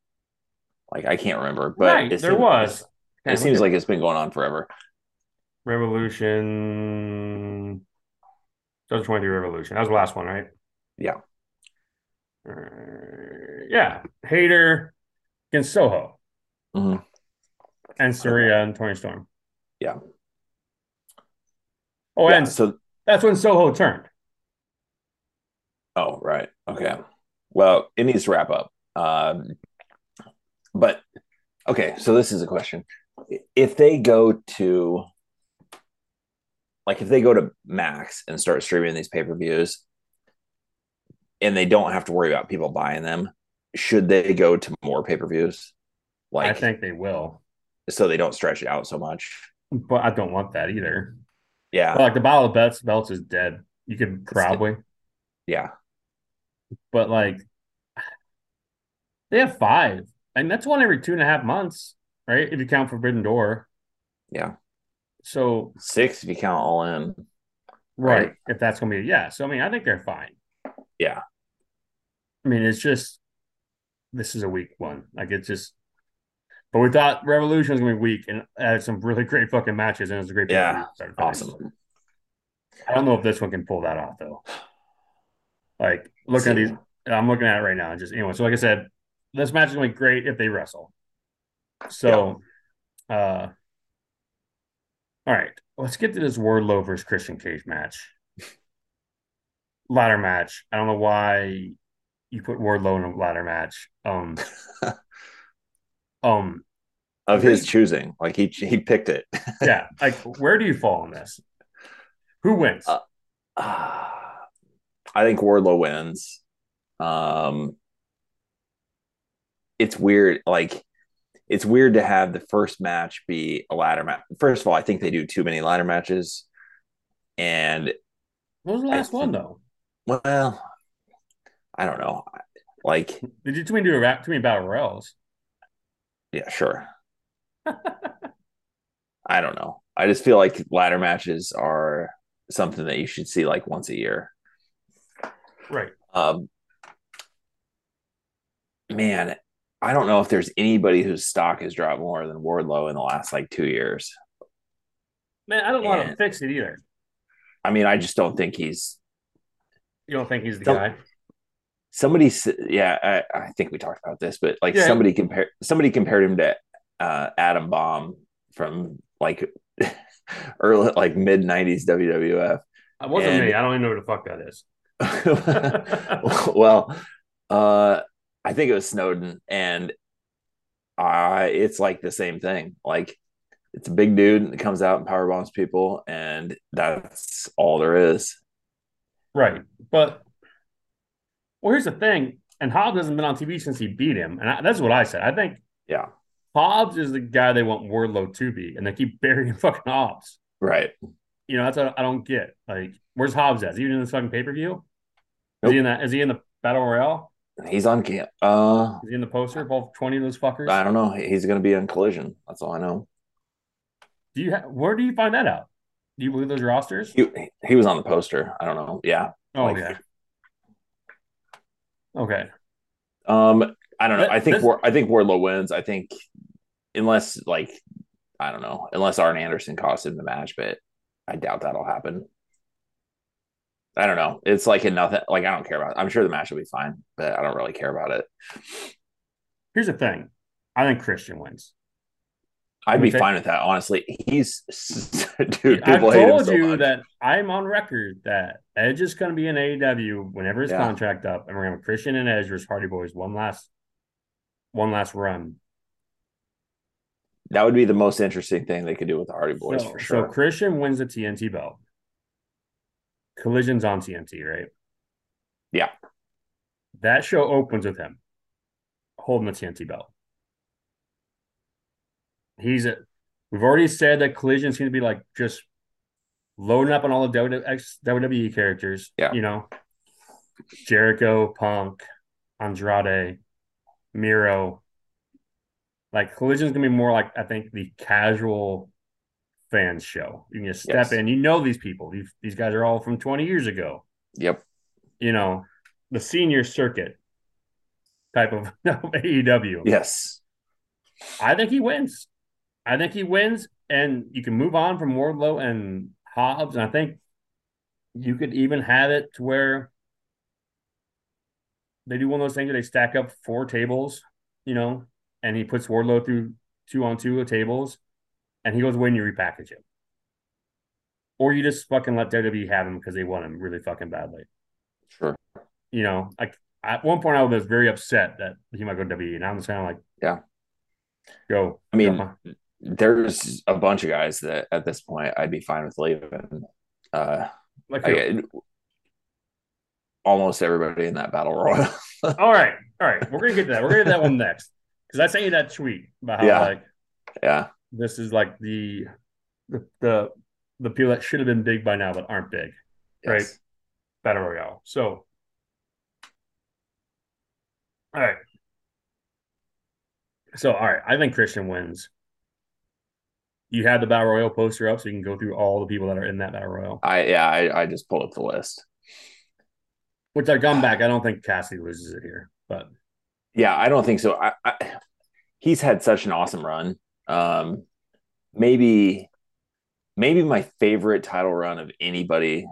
Speaker 2: Like I can't remember, but
Speaker 1: right, there
Speaker 2: seemed-
Speaker 1: was.
Speaker 2: It seems like it's been going on forever.
Speaker 1: Revolution. 2023 Revolution. That was the last one, right?
Speaker 2: Yeah.
Speaker 1: Uh, yeah. Hater against Soho
Speaker 2: Mhm.
Speaker 1: and Surya and Tony Storm.
Speaker 2: Yeah.
Speaker 1: Oh,
Speaker 2: Yeah,
Speaker 1: and
Speaker 2: so
Speaker 1: that's when Soho turned.
Speaker 2: Oh, right. Okay. Well, it needs to wrap up. Um, but okay, so this is a question. If they go to like if they go to Max and start streaming these pay-per-views and they don't have to worry about people buying them, should they go to more pay-per-views? Like
Speaker 1: I think they will,
Speaker 2: so they don't stretch it out so much.
Speaker 1: but I don't want that either.
Speaker 2: Yeah.
Speaker 1: But, like the bottle of belts, belts is dead. You could probably,
Speaker 2: yeah.
Speaker 1: but like they have five, and that's one every two and a half months, right? If you count Forbidden Door.
Speaker 2: Yeah.
Speaker 1: So
Speaker 2: Six if you count all in.
Speaker 1: right,
Speaker 2: Right.
Speaker 1: if that's gonna be yeah. So I mean, I think they're fine.
Speaker 2: Yeah.
Speaker 1: I mean, it's just this is a weak one. Like it's just. But we thought Revolution was gonna be weak, and had some really great fucking matches, and it was a great
Speaker 2: Yeah.
Speaker 1: pay-per-view, start to finish.
Speaker 2: Awesome.
Speaker 1: I don't know if this one can pull that off though. Like looking at these, I'm looking at it right now. Just anyway, so like I said, this match is going to be great if they wrestle. So, uh, all right, let's get to this Wardlow versus Christian Cage match. ladder match. I don't know why you put Wardlow in a ladder match.
Speaker 2: (laughs)
Speaker 1: Um, um,
Speaker 2: Of his choosing. Like he he picked it.
Speaker 1: yeah. Like, where do you fall on this? Who wins?
Speaker 2: Uh, Ah, I think Wardlow wins. Um, it's weird. Like, it's weird to have the first match be a ladder match. First of all, I think they do too many ladder matches. And
Speaker 1: what was the
Speaker 2: I
Speaker 1: last one though?
Speaker 2: well, I don't know. Like,
Speaker 1: Did you too many do a rap too many battle royals?
Speaker 2: yeah, sure. I don't know. I just feel like ladder matches are something that you should see like once a year.
Speaker 1: (laughs) Right.
Speaker 2: Um, man, I don't know if there's anybody whose stock has dropped more than Wardlow in the last like two years.
Speaker 1: Man, I don't know how to
Speaker 2: And-
Speaker 1: fix it either.
Speaker 2: I mean, I just don't think he's
Speaker 1: You don't think he's the
Speaker 2: Don't-
Speaker 1: guy?
Speaker 2: somebody. s- Yeah, I, I think we talked about this, but like
Speaker 1: Yeah.
Speaker 2: somebody compared somebody compared him to uh, Adam Bomb from like (laughs) early like mid '90s WWF.
Speaker 1: It wasn't
Speaker 2: And-
Speaker 1: me. I don't even know who the fuck that (laughs) is. (laughs)
Speaker 2: (laughs) well, uh, I think it was Snowden, and I it's like the same thing. Like it's a big dude that comes out and power bombs people, and that's all there is.
Speaker 1: Right. But well, here's the thing. And Hobbs hasn't been on TV since he beat him. And I, that's what I said. I think
Speaker 2: Yeah.
Speaker 1: Hobbs is the guy they want Wardlow to be. And they keep (laughs) burying fucking Hobbs.
Speaker 2: Right.
Speaker 1: You know, that's what I don't get. Like, where's Hobbs at? Is he even in this fucking pay per view? Is he in that? Is he in the battle royale?
Speaker 2: He's on camp. Uh,
Speaker 1: Is he in the poster of all twenty of those fuckers?
Speaker 2: I don't know. He's going to be on collision. That's all I know.
Speaker 1: Do you ha- where do you find that out? Do you believe those rosters?
Speaker 2: He he was on the poster. I don't know. Yeah.
Speaker 1: Oh
Speaker 2: like-
Speaker 1: yeah. Okay.
Speaker 2: Um. I don't know.
Speaker 1: That-
Speaker 2: I think
Speaker 1: that's-
Speaker 2: War, I think Wardlow wins. I think unless like I don't know unless Arn Anderson costs him the match, but I doubt that'll happen. I don't know. It's like a nothing. Like I don't care about. It. I'm sure the match will be fine, but I don't really care about it.
Speaker 1: Here's the thing. I think Christian wins.
Speaker 2: I'd be
Speaker 1: Okay.
Speaker 2: fine with that, honestly. He's (laughs) dude,
Speaker 1: I
Speaker 2: people hate him
Speaker 1: told
Speaker 2: so
Speaker 1: you
Speaker 2: much.
Speaker 1: that I'm on record that Edge is going to be in AEW whenever his
Speaker 2: Yeah.
Speaker 1: contract up, and we're going to have Christian and Edge versus Hardy Boys one last, one last run.
Speaker 2: That would be the most interesting thing they could do with the Hardy Boys
Speaker 1: so,
Speaker 2: for
Speaker 1: so
Speaker 2: sure.
Speaker 1: Christian wins the TNT belt. Collision's on TNT, right?
Speaker 2: Yeah.
Speaker 1: That show opens with him holding the TNT belt. He's a, we've already said that Collision seems to be like just loading up on all the E WX WWE characters.
Speaker 2: Yeah.
Speaker 1: You know, Jericho, Punk, Andrade, Miro. Like Collision's gonna be more like I think the casual fan show. You can just step
Speaker 2: Yes.
Speaker 1: in. You know these people. These these guys are all from 20 years ago.
Speaker 2: Yep.
Speaker 1: You know, the senior circuit type of, (laughs) of E AEW.
Speaker 2: Yes.
Speaker 1: I think he wins. I think he wins, and you can move on from Wardlow and Hobbs. And I think you could even have it to where they do one of those things where they stack up four tables, you know, and he puts Wardlow through two on two tables, and he goes away and you repackage him. Or you just fucking let WWE have him because they want him really fucking badly.
Speaker 2: Sure.
Speaker 1: You know, like at one point I was very upset that he might go to WWE, and I'm just kind of like,
Speaker 2: Yeah.
Speaker 1: go.
Speaker 2: I mean,
Speaker 1: go.
Speaker 2: There's a bunch of guys that at this point I'd be fine with leaving. Uh,
Speaker 1: Like,
Speaker 2: I, almost everybody in that battle royal. (laughs)
Speaker 1: all right, all right, we're gonna get to that. We're gonna get to that one next because I sent you that tweet about how
Speaker 2: Yeah.
Speaker 1: like
Speaker 2: yeah.
Speaker 1: this is like the the the, the people that should have been big by now but aren't big Right.
Speaker 2: Yes.
Speaker 1: battle royale. So, all right, so all right, I think Christian wins. You have the battle royal poster up, so you can go through all the people that are in that battle royal.
Speaker 2: I yeah, I, I just pulled up the list.
Speaker 1: Which I've gone back. I don't think Cassidy loses it here, but
Speaker 2: Yeah, I don't think so. I, I he's had such an awesome run. Um maybe maybe my favorite title run of anybody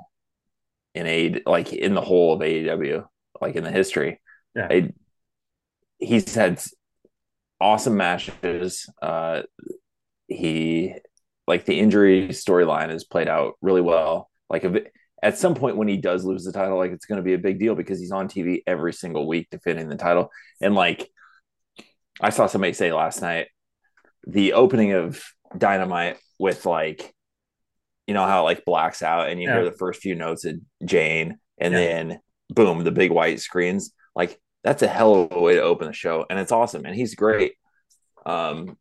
Speaker 2: in a like in the whole of AEW, like in the history.
Speaker 1: Yeah.
Speaker 2: I, he's had awesome matches. Uh he like the injury storyline has played out really well. Like if it- at some point when he does lose the title, like it's going to be a big deal because he's on TV every single week defending the title. And like I saw somebody say last night, the opening of Dynamite with like, you know how it like blacks out and you hear
Speaker 1: Yeah.
Speaker 2: the first few notes of Jane, and
Speaker 1: Yeah.
Speaker 2: then boom, the big white screens. Like that's a hell of a way to open the show, and it's awesome, and he's great. Um,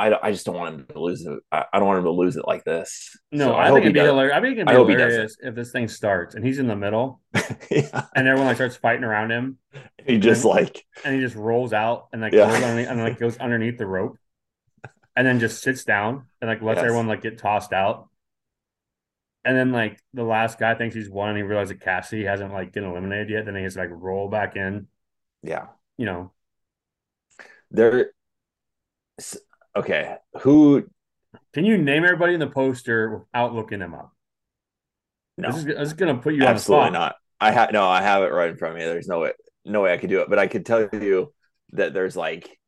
Speaker 2: I, I just don't want him to lose it. I, I don't want him to lose it like this.
Speaker 1: no,
Speaker 2: So
Speaker 1: I, think
Speaker 2: hope he
Speaker 1: it'd be
Speaker 2: does-
Speaker 1: hilarious. I think it'd be
Speaker 2: I hope he doesn't.
Speaker 1: hilarious if this thing starts and he's in the middle
Speaker 2: yeah.
Speaker 1: and everyone like starts fighting around him.
Speaker 2: (laughs) He just like
Speaker 1: and he just rolls out and like
Speaker 2: Yeah.
Speaker 1: rolls underneath, and like goes underneath the rope, and then just sits down and like lets
Speaker 2: Yes.
Speaker 1: everyone like get tossed out. And then like the last guy thinks he's won, and he realizes that Cassie hasn't like been eliminated yet. Then he has to like roll back in.
Speaker 2: yeah.
Speaker 1: You know,
Speaker 2: There. s- Okay, who?
Speaker 1: can you name everybody in the poster without looking them up?
Speaker 2: No,
Speaker 1: This, is, this is gonna put you
Speaker 2: absolutely
Speaker 1: on the spot.
Speaker 2: not. I have no. I have it right in front of me. There's no way. No way I could do it. But I could tell you that there's like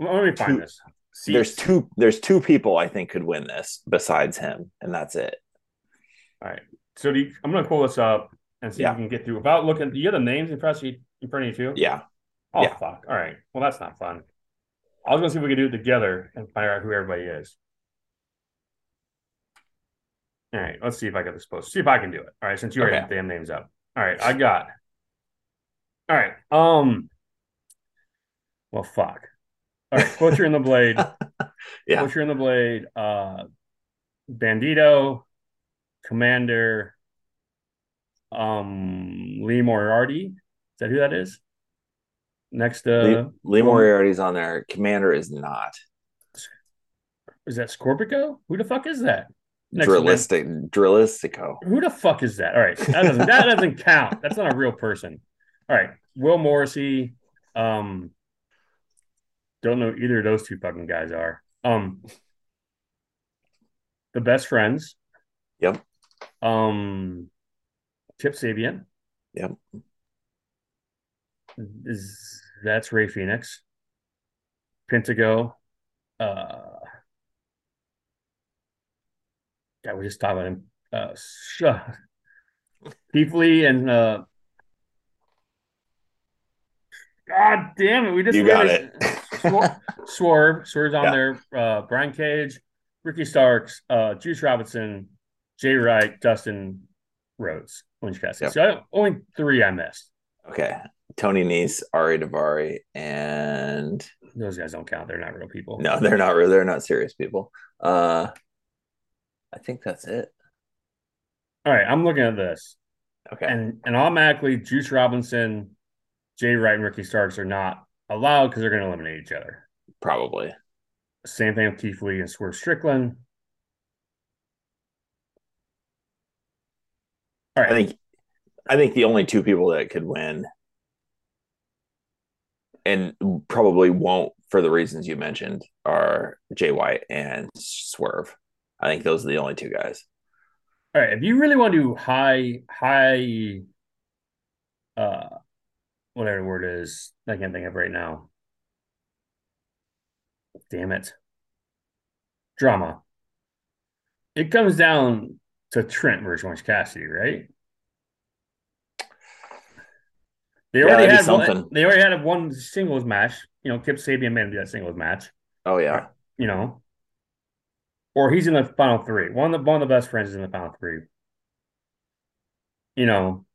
Speaker 1: Let me find
Speaker 2: Two-
Speaker 1: this.
Speaker 2: there's two there's two people I think could win this besides him, and that's it.
Speaker 1: So do you, I'm gonna pull this up and see
Speaker 2: Yeah.
Speaker 1: if you can get through without looking. You got the names in front of you, in front of you too.
Speaker 2: Yeah,
Speaker 1: Oh
Speaker 2: Yeah.
Speaker 1: fuck! All right. Well, that's not fun. I was gonna see if we could do it together and find out who everybody is. All right. Let's see if I got this post. See if I can do it. All right. Since you already
Speaker 2: Okay.
Speaker 1: have damn names up. All right. I got. All right. Um. Well, fuck. All right. Butcher in the Blade.
Speaker 2: (laughs) Yeah.
Speaker 1: Butcher in the Blade. Uh, Bandito, Commander. Um, Lee Moriarty. Is that who that is? Next, uh,
Speaker 2: Lee, Lee Moriarty's on there. Commander is not.
Speaker 1: is that Scorpico? Who the fuck is that? Next one.
Speaker 2: Drillistic, Drillistico.
Speaker 1: Who the fuck is that? All right, that doesn't that doesn't count. That's not a real person. All right, Will Morrissey. Um, don't know either of those two fucking guys are. Um, the best friends.
Speaker 2: Yep.
Speaker 1: Um, Chip Sabian.
Speaker 2: Yep.
Speaker 1: Is that's Ray Phoenix, Pentago, uh, God, we just talked about him. Uh, sh-
Speaker 2: (laughs)
Speaker 1: Keith Lee and uh, God damn it, we just
Speaker 2: You got
Speaker 1: really-
Speaker 2: it.
Speaker 1: (laughs) Swar- Swerve, Swerve's on
Speaker 2: Yeah.
Speaker 1: there. Uh, Brian Cage, Ricky Starks, uh, Juice Robinson, Jay Wright, Dustin Rhodes, Orange Cassidy.
Speaker 2: Yep.
Speaker 1: So I, only three I missed.
Speaker 2: (laughs) okay. Tony Nese, Ari Davari, and
Speaker 1: Those guys don't count. They're not real people.
Speaker 2: no, (laughs) they're not real. They're not serious people. Uh, I think that's it.
Speaker 1: All right, I'm looking at this,
Speaker 2: Okay.
Speaker 1: and and automatically Juice Robinson, Jay Wright, and Ricky Starks are not allowed because they're going to eliminate each other.
Speaker 2: Probably.
Speaker 1: Same thing with Keith Lee and Swerve Strickland. All
Speaker 2: I
Speaker 1: right,
Speaker 2: think I think the only two people that could win and probably won't for the reasons you mentioned are Jay White and Swerve. I think those are the only two guys.
Speaker 1: All right, if you really want to do high, high, uh, whatever the word is, I can't think of right now. Damn it. Drama. It comes down to Trent versus Orange Cassidy, right? They
Speaker 2: Yeah,
Speaker 1: already
Speaker 2: that'd be
Speaker 1: had one,
Speaker 2: something.
Speaker 1: they already had one singles match. You know, Kip Sabian made him do that singles match
Speaker 2: Oh yeah.
Speaker 1: Right. you know, or he's in the final three. One of the one of the best friends is in the final three. You know,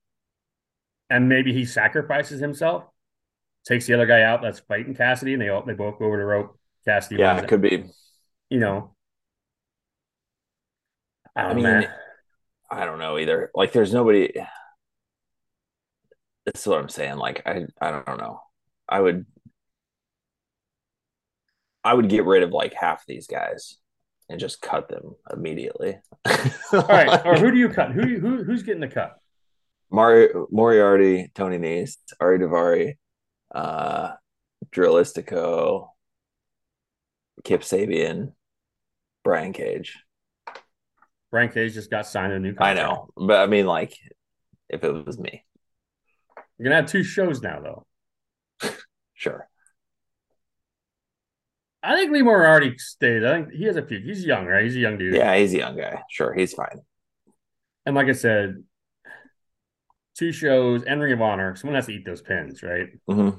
Speaker 1: and maybe he sacrifices himself, takes the other guy out that's fighting Cassidy, and they all they both go over the rope. Cassidy,
Speaker 2: Yeah,
Speaker 1: wins
Speaker 2: it
Speaker 1: it.
Speaker 2: could be.
Speaker 1: you know. I don't
Speaker 2: I mean,
Speaker 1: know. man.
Speaker 2: I don't know either. Like there's nobody That's what I'm saying. Like I I don't know. I would I would get rid of like half these guys and just cut them immediately.
Speaker 1: All right,
Speaker 2: (laughs)
Speaker 1: or who do you cut? Who do you, who who's getting the cut?
Speaker 2: Mario Moriarty, Tony Nese, Ari Davari, uh, Drillistico, Kip Sabian, Brian Cage.
Speaker 1: Brian Cage just got signed to a new
Speaker 2: I
Speaker 1: contract.
Speaker 2: know, but I mean, like, if it was me,
Speaker 1: You're gonna have two shows now, though.
Speaker 2: sure.
Speaker 1: I think Lee Moriarty stays. I think he has a few. He's young, right? He's a young dude.
Speaker 2: Yeah, he's a young guy. Sure, he's fine.
Speaker 1: And like I said, two shows and Ring of Honor. Someone has to eat those pins, right?
Speaker 2: hmm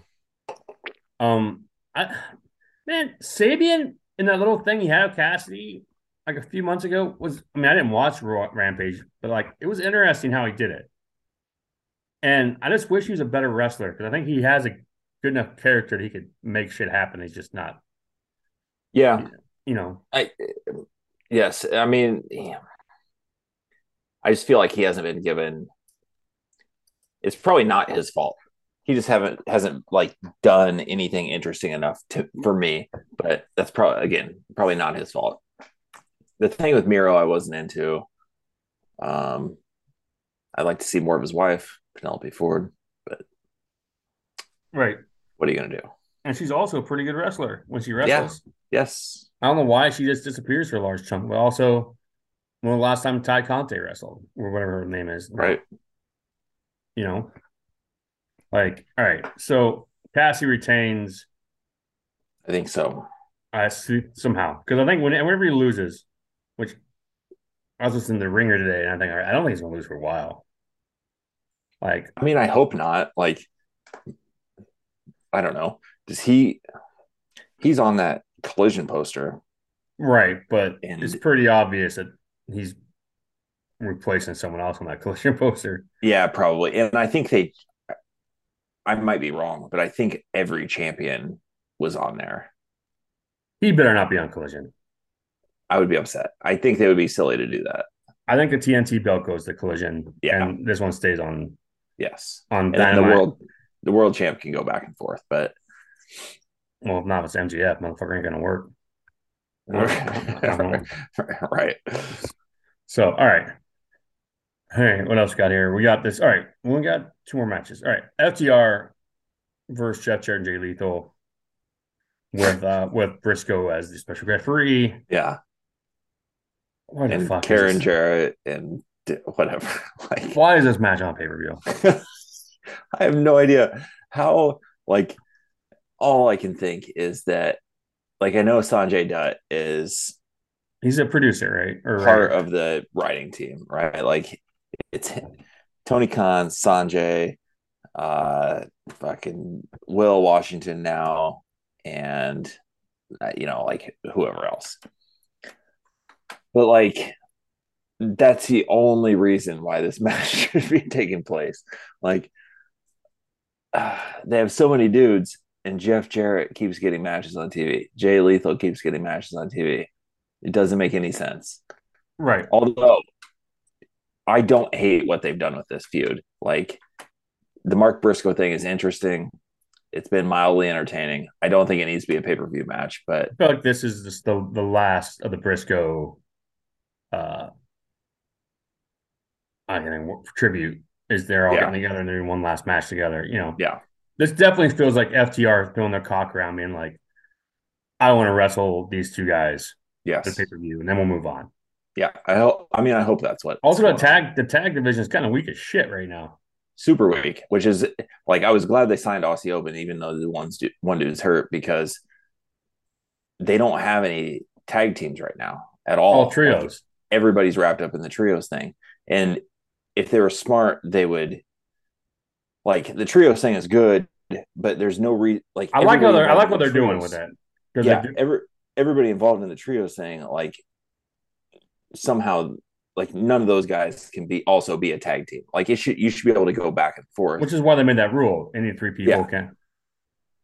Speaker 1: Um, I man, Sabian in that little thing he had with Cassidy like a few months ago was. I mean, I didn't watch Raw, Rampage, but like it was interesting how he did it. And I just wish he was a better wrestler because I think he has a good enough character that he could make shit happen. He's just not,
Speaker 2: Yeah,
Speaker 1: you know.
Speaker 2: I yes, I mean, yeah. I just feel like he hasn't been given. It's probably not his fault. He just haven't hasn't like done anything interesting enough to for me. But that's probably again probably not his fault. The thing with Miro, I wasn't into. Um, I'd like to see more of his wife, Penelope Ford.
Speaker 1: Right.
Speaker 2: What are you gonna do?
Speaker 1: And she's also a pretty good wrestler when she
Speaker 2: Yeah.
Speaker 1: wrestles.
Speaker 2: Yes,
Speaker 1: I don't know why she just disappears for a large chunk, but also when the last time Ty Conte wrestled or whatever her name is,
Speaker 2: right.
Speaker 1: You know, like, all right, so Cassie retains,
Speaker 2: I think so.
Speaker 1: I see somehow because I think when, whenever he loses, which I was listening to the ringer today, and I think, all right, I don't think he's gonna lose for a while. Like,
Speaker 2: I mean, I hope not. Like, I don't know. Does he? He's on that collision poster.
Speaker 1: right, but
Speaker 2: And-
Speaker 1: it's pretty obvious that he's replacing someone else on that (laughs) collision poster.
Speaker 2: Yeah, probably. And I think they. I might be wrong, but I think every champion was on there.
Speaker 1: He better not be on collision.
Speaker 2: I would be upset. I think they would be silly to do that.
Speaker 1: I think the TNT belt goes to collision,
Speaker 2: Yeah.
Speaker 1: and this one stays on
Speaker 2: Yes,
Speaker 1: on
Speaker 2: and then the
Speaker 1: Dynamite.
Speaker 2: world, the world champ can go back and forth, but
Speaker 1: Well, if not, it's MGF. Motherfucker ain't gonna work.
Speaker 2: (laughs) right.
Speaker 1: So, all right, all right. What else we got here? We got this. All right, we got two more matches. All right, FTR versus Jeff Jarrett and Jay Lethal with uh with Briscoe as the special referee.
Speaker 2: Yeah,
Speaker 1: Why the
Speaker 2: and
Speaker 1: fuck?
Speaker 2: Karen
Speaker 1: is this?
Speaker 2: Jarrett and d- whatever. (laughs) like,
Speaker 1: Why is this match on pay per view?
Speaker 2: (laughs) I have no idea how like all I can think is that like I know Sanjay Dutt is
Speaker 1: He's a producer, right? Or
Speaker 2: part of the writing team, right? Like it's Tony Khan, Sanjay, uh, fucking Will Washington now, and uh, you know, like whoever else. But like, that's the only reason why this (laughs) match should be taking place. Like, (sighs) uh, they have so many dudes, and Jeff Jarrett keeps getting matches on TV. Jay Lethal keeps getting matches on TV. It doesn't make any sense.
Speaker 1: right.
Speaker 2: Although I don't hate what they've done with this feud. Like the Mark Briscoe thing is interesting. It's been mildly entertaining. I don't think it needs to be a pay per view match, but
Speaker 1: I feel like this is just the the last of the Briscoe. Uh, I don't know, tribute is they're all
Speaker 2: Yeah.
Speaker 1: getting together and doing one last match together. You know,
Speaker 2: Yeah.
Speaker 1: This definitely feels like FTR throwing their cock around, being like, "I want to wrestle these two guys at the
Speaker 2: yes,
Speaker 1: pay per view, and then we'll move on."
Speaker 2: yeah. I hope. I mean, I hope that's what.
Speaker 1: Also, the
Speaker 2: what's going on.
Speaker 1: tag the tag division is kind of weak as shit right now.
Speaker 2: super weak, which is like I was glad they signed Aussie Open, even though the one's du- one dude's hurt because they don't have any tag teams right now at all.
Speaker 1: All
Speaker 2: Like,
Speaker 1: trios.
Speaker 2: everybody's wrapped up in the trios thing. And if they were smart, they would like the trios thing is good, but there's no re like
Speaker 1: I like how
Speaker 2: everybody
Speaker 1: they're I
Speaker 2: involved
Speaker 1: like
Speaker 2: in
Speaker 1: what
Speaker 2: the
Speaker 1: they're doing
Speaker 2: trios-
Speaker 1: with it. 'Cause
Speaker 2: Yeah,
Speaker 1: they do-
Speaker 2: every everybody involved in the trios thing, like somehow like none of those guys can be also be a tag team. Like it should you should be able to go back and forth.
Speaker 1: which is why they made that rule. Any three people
Speaker 2: Yeah.
Speaker 1: can.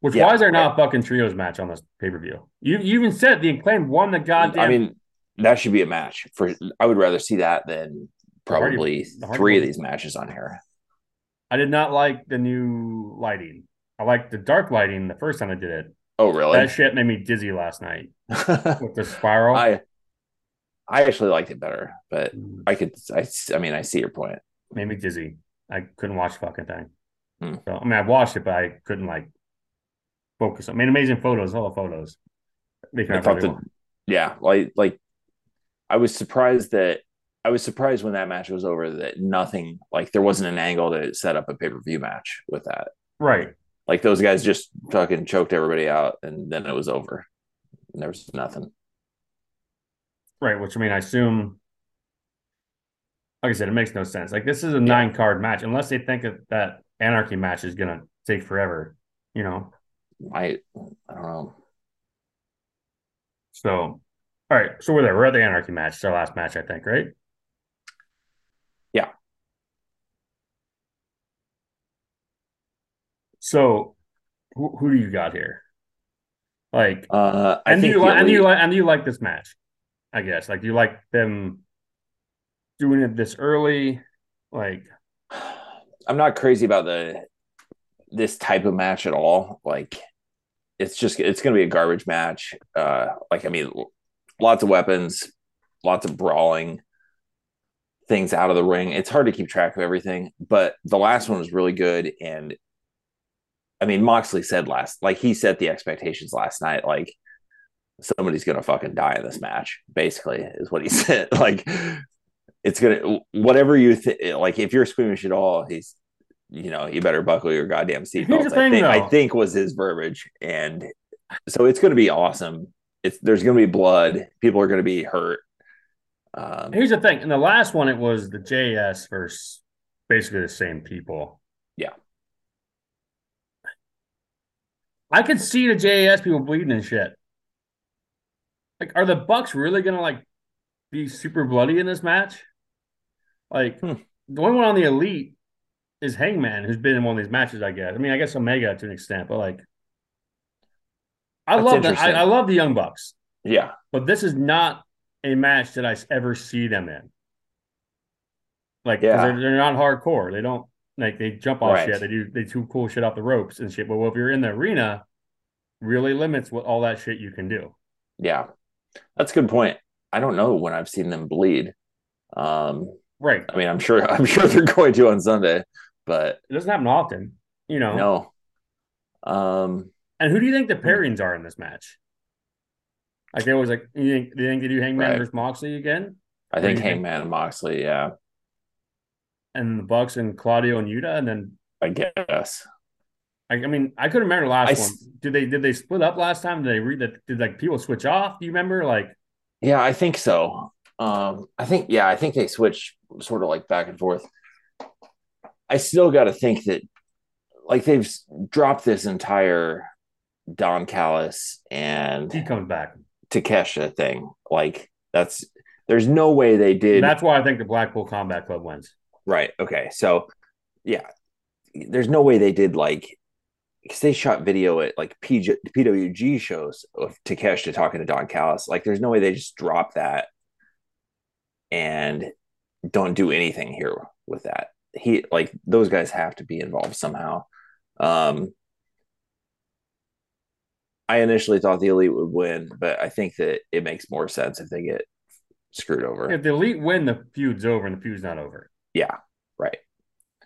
Speaker 1: Which
Speaker 2: Yeah,
Speaker 1: why is there not a fucking trios match on this pay per view? You you even said the acclaim won the goddamn.
Speaker 2: I mean, that should be a match for. I would rather see that than
Speaker 1: Hardy-
Speaker 2: probably
Speaker 1: the Hardy
Speaker 2: three of
Speaker 1: Boys.
Speaker 2: these matches on here.
Speaker 1: I did not like the new lighting. I liked the dark lighting the first time I did it.
Speaker 2: Oh, really? (laughs)
Speaker 1: That shit made me dizzy last night with the spiral.
Speaker 2: I I actually liked it better, but
Speaker 1: Mm,
Speaker 2: I could. I s- I mean, I see your point.
Speaker 1: made me dizzy. I couldn't watch the fucking thing.
Speaker 2: Hmm.
Speaker 1: So I mean, I watched it, but I couldn't like focus. I made amazing photos, all the photos. They can
Speaker 2: I
Speaker 1: have
Speaker 2: thought
Speaker 1: everyone.
Speaker 2: that. Yeah, like like I was surprised that I was surprised when that match was over that nothing like there wasn't an angle to set up a pay per view match with that.
Speaker 1: right.
Speaker 2: Like those guys just fucking choked everybody out, and then it was over. And there was nothing.
Speaker 1: Right, which I mean, I assume, like I said, it makes no sense. Like this is a nine card match, unless they think that that Anarchy match is gonna take forever, you know.
Speaker 2: I I don't know.
Speaker 1: So, all right, so we're there. We're at the Anarchy match, it's our last match, I think, right?
Speaker 2: Yeah.
Speaker 1: So, who, who do you got here? Like,
Speaker 2: Uh, I
Speaker 1: and do
Speaker 2: think
Speaker 1: you
Speaker 2: the
Speaker 1: like, and do you
Speaker 2: elite-
Speaker 1: like, and do you like this match? I guess like do you like them doing it this early? Like
Speaker 2: I'm not crazy about the this type of match at all. Like, it's just it's going to be a garbage match. Uh, like, I mean, lots of weapons, lots of brawling, things out of the ring. It's hard to keep track of everything, but the last one was really good. And I mean, Moxley said last, like he set the expectations last night, like somebody's going to fucking die in this match. Basically, is what he (laughs) said. like, it's gonna whatever you th- like. If you're squeamish at all, he's you know you better buckle your goddamn
Speaker 1: Here's the
Speaker 2: seatbelts. I
Speaker 1: thing,
Speaker 2: think I
Speaker 1: though.
Speaker 2: think was his verbiage, and so it's gonna be awesome. It's there's gonna be blood. People are gonna be hurt. Um,
Speaker 1: here's the thing, in the last one it was the JS versus basically the same people.
Speaker 2: Yeah.
Speaker 1: I could see the JAS people bleeding and shit. Like, are the Bucks really gonna like be super bloody in this match? Like
Speaker 2: Hmm.
Speaker 1: the only one on the elite is Hangman, who's been in one of these matches, I guess. I mean, I guess Omega to an extent, but like I
Speaker 2: That's
Speaker 1: love that. I,
Speaker 2: interesting.
Speaker 1: I love the Young Bucks.
Speaker 2: yeah,
Speaker 1: but this is not a match that I s- ever see them in. Like, 'cause
Speaker 2: Yeah.
Speaker 1: they're, they're not hardcore. They don't like they jump off
Speaker 2: Right.
Speaker 1: shit. They do they do cool shit off the ropes and shit. But well, if you're in the arena, really limits what all that shit you can do.
Speaker 2: yeah, that's a good point. I don't know when I've seen them bleed. Um,
Speaker 1: Right.
Speaker 2: I mean, I'm sure (laughs) I'm sure they're going to on Sunday, but
Speaker 1: It doesn't happen often, you know.
Speaker 2: no. Um,
Speaker 1: And who do you think the pairings are in this match? Like they always like you think do you think they do Hangman
Speaker 2: Right.
Speaker 1: versus Moxley again?
Speaker 2: I
Speaker 1: What do
Speaker 2: think
Speaker 1: you think?
Speaker 2: Hangman and Moxley. Yeah,
Speaker 1: And the Bucks and Claudio and Yuta and then
Speaker 2: I guess.
Speaker 1: I, I mean, I couldn't remember the
Speaker 2: I
Speaker 1: last
Speaker 2: s-
Speaker 1: one. Did they did they split up last time? Did they read that? Did like people switch off? Do you remember? Like
Speaker 2: Yeah, I think so. Um, I think yeah, I think they switch sort of like back and forth. I still got to think that like they've s- dropped this entire Don Callis
Speaker 1: He
Speaker 2: and
Speaker 1: comes back.
Speaker 2: Takesha thing. Like that's there's no way they did
Speaker 1: That's why I think the Blackpool Combat Club wins.
Speaker 2: right. Okay, so yeah, there's no way they did like because they shot video at like PJ, PWG shows of Takeshita talking to Don Callis. Like, there's no way they just drop that and don't do anything here with that. He like those guys have to be involved somehow. Um, I initially thought the elite would win, but I think that it makes more sense if they get screwed over.
Speaker 1: If the elite win, the feud's over and the feud's not over.
Speaker 2: yeah, right.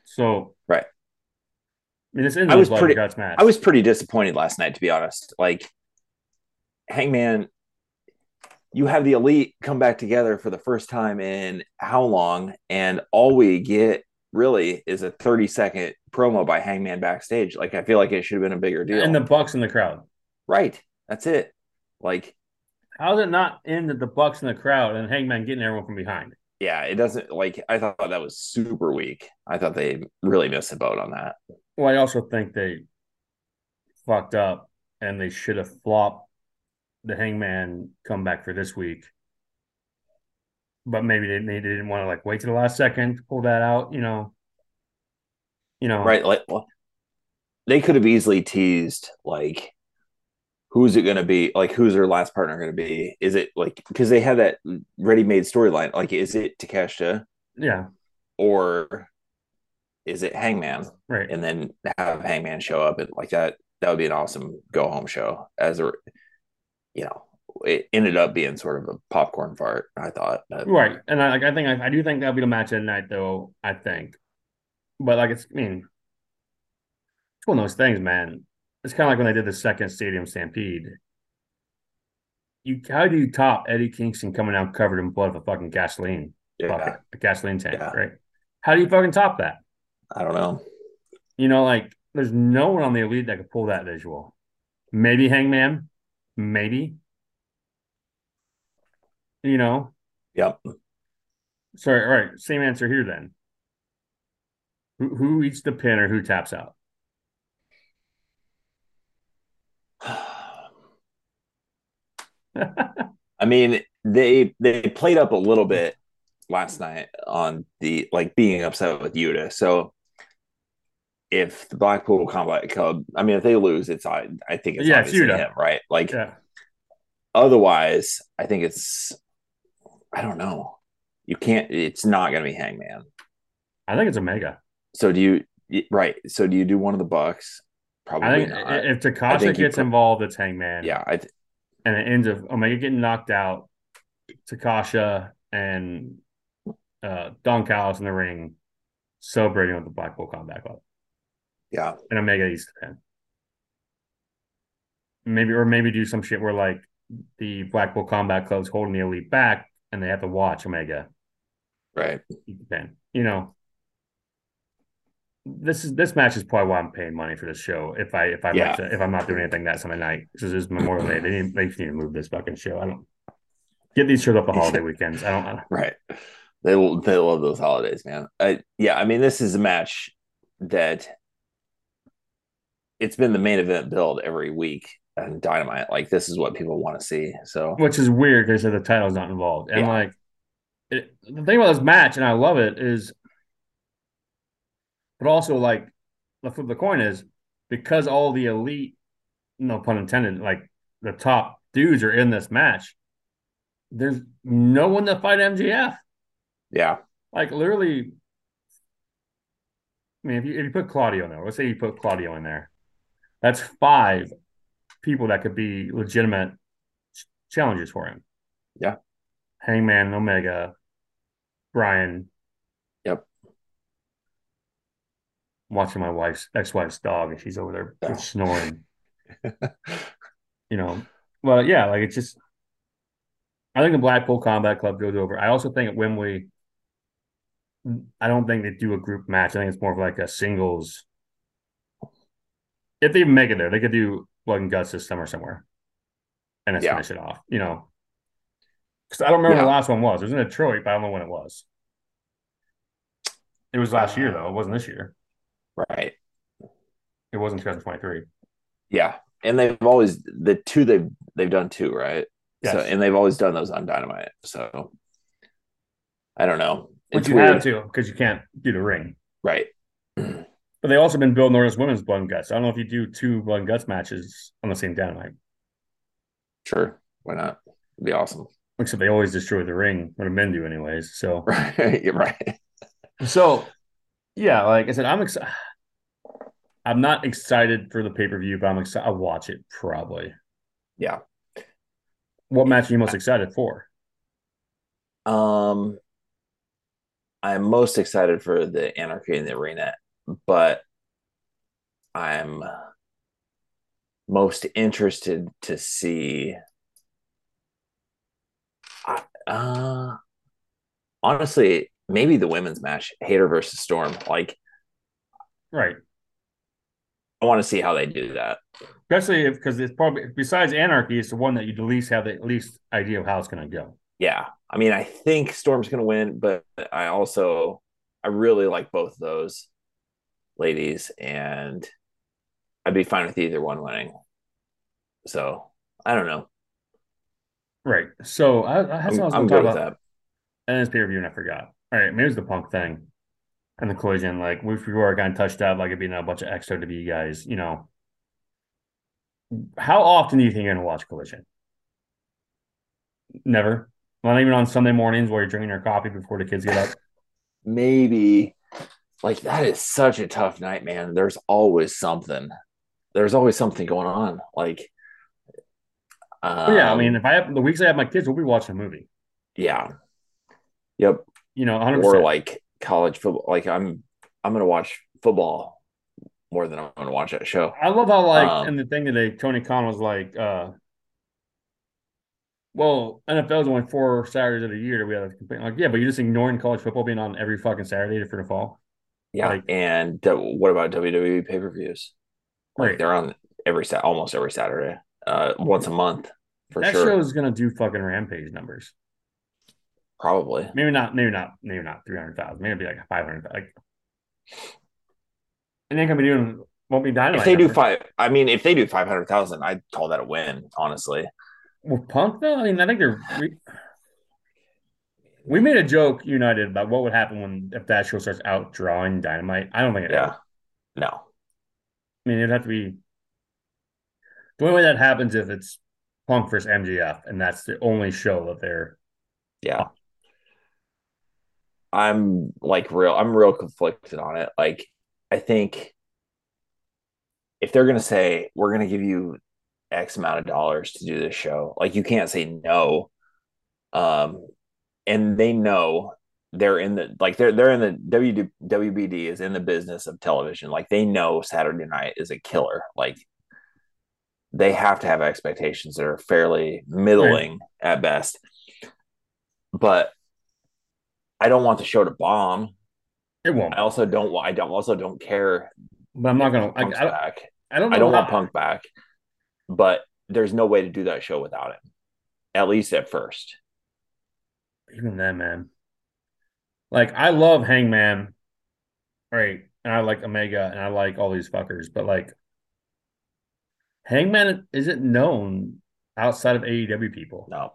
Speaker 1: So
Speaker 2: Right.
Speaker 1: I mean, this ends
Speaker 2: I
Speaker 1: in a
Speaker 2: was
Speaker 1: blood
Speaker 2: pretty-
Speaker 1: and guts match.
Speaker 2: I was pretty disappointed last night, to be honest. Like, Hangman, you have the elite come back together for the first time in how long? And all we get really is a 30 second promo by Hangman backstage. Like, I feel like it should have been a bigger deal.
Speaker 1: and the Bucks in the crowd.
Speaker 2: right. That's it. Like,
Speaker 1: How did it not end at the Bucks in the crowd and Hangman getting everyone from behind?
Speaker 2: yeah, it doesn't like I thought that was super weak. I thought they really missed the boat on that.
Speaker 1: Well, I also think they fucked up and they should have flopped the Hangman comeback for this week. But maybe they, they didn't want to like wait to the last second to pull that out, you know. You know,
Speaker 2: Right. Like, well, they could have easily teased, like, who's it going to be? Like, who's their last partner going to be? Is it like, because they have that ready made storyline. Like, is it Takeshita
Speaker 1: Yeah,
Speaker 2: or is it Hangman?
Speaker 1: right.
Speaker 2: And then have Hangman show up and like that. That would be an awesome go home show as a, you know, it ended up being sort of a popcorn fart, I thought. but-
Speaker 1: Right, and I like I think I, I do think that'll be the match of the night, though. I think, but like it's I mean, it's one of those things, man. It's kind of like when they did the second Stadium Stampede. You how do you top Eddie Kingston coming out covered in blood with a fucking gasoline
Speaker 2: Yeah.
Speaker 1: bucket, a gasoline tank,
Speaker 2: Yeah.
Speaker 1: right? How do you fucking top that?
Speaker 2: I don't know.
Speaker 1: You know, like there's no one on the elite that could pull that visual. Maybe Hangman, maybe. You know,
Speaker 2: Yep.
Speaker 1: Sorry, all right. Same answer here then. Who, who eats the pin or who taps out?
Speaker 2: I mean, they they played up a little bit last night on the like being upset with Yuta. So if the Blackpool Combat Club, I mean, if they lose, it's I I think it's
Speaker 1: Yeah, it's
Speaker 2: obviously
Speaker 1: Yuta.
Speaker 2: him, right? Like
Speaker 1: Yeah.
Speaker 2: otherwise, I think it's I don't know. You can't. It's not going to be Hangman.
Speaker 1: I think it's Omega.
Speaker 2: So do you? y- Right. So do you do one of the Bucks? Probably
Speaker 1: I think
Speaker 2: not.
Speaker 1: i- if
Speaker 2: uh, I
Speaker 1: Takasha
Speaker 2: think you
Speaker 1: gets
Speaker 2: pro-
Speaker 1: involved, it's Hangman.
Speaker 2: yeah, I th-
Speaker 1: And it ends of Omega getting knocked out, Takasha and uh, Don Callis in the ring celebrating with the Blackpool Combat Club.
Speaker 2: yeah.
Speaker 1: And Omega eats the pin. Maybe, or maybe do some shit where like the Blackpool Combat Club's holding the elite back and they have to watch Omega.
Speaker 2: Right.
Speaker 1: then you know this is this match is probably why I'm paying money for this show. If I if I
Speaker 2: Yeah.
Speaker 1: if I'm not doing anything that Sunday night, this is Memorial Day. They need they need to move this fucking show. I don't get these shows up the holiday weekends. I don't. I don't
Speaker 2: Right. They they love those holidays, man. I yeah, I mean this is a match that it's been the main event build every week on Dynamite. Like this is what people want to see. So
Speaker 1: which is weird because the title's not involved. And
Speaker 2: Yeah.
Speaker 1: like it, the thing about this match, and I love it, is but also like the flip of the coin is because all the elite, no pun intended, like the top dudes are in this match. There's no one to fight MGF.
Speaker 2: yeah,
Speaker 1: Like literally, I mean, if you if you put Claudio in there, let's say you put Claudio in there, that's five people that could be legitimate ch- challenges for him.
Speaker 2: Yeah.
Speaker 1: Hangman, Omega, Brian.
Speaker 2: Yep.
Speaker 1: Watching my wife's ex-wife's dog, and she's over there
Speaker 2: Oh. (laughs)
Speaker 1: snoring. you know, well, yeah, like it's just. I think the Blackpool Combat Club goes over. I also think at Wembley, I don't think they do a group match. I think it's more of like a singles. If they even make it there, they could do blood and guts this summer somewhere, and then
Speaker 2: Yeah.
Speaker 1: finish it off. You know, Because I don't remember when
Speaker 2: Yeah.
Speaker 1: the last one was. It was in Detroit, but I don't know when it was. It was last year though. It wasn't this year.
Speaker 2: right?
Speaker 1: It wasn't 2023.
Speaker 2: Yeah, and they've always the two they've they've done two right. So
Speaker 1: Yes.
Speaker 2: and they've always done those on Dynamite. So I don't know.
Speaker 1: Which
Speaker 2: It's
Speaker 1: you
Speaker 2: weird,
Speaker 1: have to because you can't do the ring.
Speaker 2: right?
Speaker 1: But they also been building Norris women's blood and guts. I don't know if you do two blood and guts matches on the same dynamite.
Speaker 2: Sure, why not? It'd be awesome, (laughs)
Speaker 1: Except they always destroy the ring, or the men do anyways. So
Speaker 2: right? You're right.
Speaker 1: so yeah, like I said, I'm excited. I'm not excited for the pay per view, but I'm excited. I'll watch it probably.
Speaker 2: Yeah.
Speaker 1: What match are you most excited for?
Speaker 2: Um, I'm most excited for the Anarchy in the Arena, but I'm most interested to see. I, uh, honestly, maybe the women's match, Hater versus Storm. Like,
Speaker 1: Right.
Speaker 2: I want to see how they do that.
Speaker 1: Especially if because it's probably besides anarchy, it's the one that you at least have the least idea of how it's gonna go.
Speaker 2: Yeah, I mean, I think Storm's gonna win, but I also I really like both of those ladies, and I'd be fine with either one winning. So I don't know.
Speaker 1: Right. So I, I that's
Speaker 2: I'm,
Speaker 1: what I was
Speaker 2: I'm
Speaker 1: gonna
Speaker 2: good
Speaker 1: talk
Speaker 2: with
Speaker 1: about.
Speaker 2: that.
Speaker 1: And it's peer review, and I forgot. All right, maybe it's the punk thing and the collision. Like, if we were kind of touched up, like it being a bunch of extra to be guys, you know. How often do you think you're going to watch collision? Never. Not even on Sunday mornings while you're drinking your coffee before the kids get up.
Speaker 2: Maybe like that is such a tough night, man. There's always something. There's always something going on. Like,
Speaker 1: But yeah, I
Speaker 2: um,
Speaker 1: mean, if I have the weeks I have my kids, we'll be watching a movie.
Speaker 2: yeah, yep.
Speaker 1: You know, 100%.
Speaker 2: or like college football. Like I'm I'm gonna watch football more than I'm gonna watch that show.
Speaker 1: I love how like
Speaker 2: Um,
Speaker 1: in the thing today, Tony Khan was like, uh well, NFL is only four Saturdays of the year that we have to complain. Like, yeah, but you're just ignoring college football being on every fucking Saturday for the fall.
Speaker 2: Yeah.
Speaker 1: Like-
Speaker 2: and the- what about WWE pay per views? Like
Speaker 1: Right.
Speaker 2: they're on every Sat almost every Saturday, uh, once a month for
Speaker 1: that
Speaker 2: sure.
Speaker 1: show is gonna do fucking rampage numbers.
Speaker 2: Probably.
Speaker 1: Maybe not, maybe not, maybe not three hundred thousand. Maybe it'll be like five hundred. Like, and they're gonna be doing won't be dynamite.
Speaker 2: If they do
Speaker 1: numbers.
Speaker 2: five, I mean, if they do five hundred thousand, I'd call that a win. Honestly,
Speaker 1: with Punk though, I mean, I think they're we, we made a joke United about what would happen when if that show starts outdrawing Dynamite. I don't think it.
Speaker 2: yeah. No,
Speaker 1: I mean, it'd have to be the only way that happens if it's Punk versus MGF, and that's the only show that they're.
Speaker 2: yeah. I'm like real. I'm real conflicted on it. Like, I think if they're gonna say we're gonna give you X amount of dollars to do this show, like you can't say no. Um, and they know they're in the like they're they're in the WD, WBD is in the business of television. Like they know Saturday night is a killer. Like they have to have expectations that are fairly middling at best. But I don't want the show to bomb.
Speaker 1: It won't.
Speaker 2: I also don't want. I don't also don't care.
Speaker 1: But I'm not gonna. I,
Speaker 2: Punk's
Speaker 1: I, don't,
Speaker 2: back.
Speaker 1: I don't. Know
Speaker 2: I don't want
Speaker 1: how-
Speaker 2: Punk back, but there's no way to do that show without him. At least at first.
Speaker 1: Even then, man. Like I love Hangman, right? And I like Omega, and I like all these fuckers, but like Hangman isn't known outside of AEW people.
Speaker 2: No,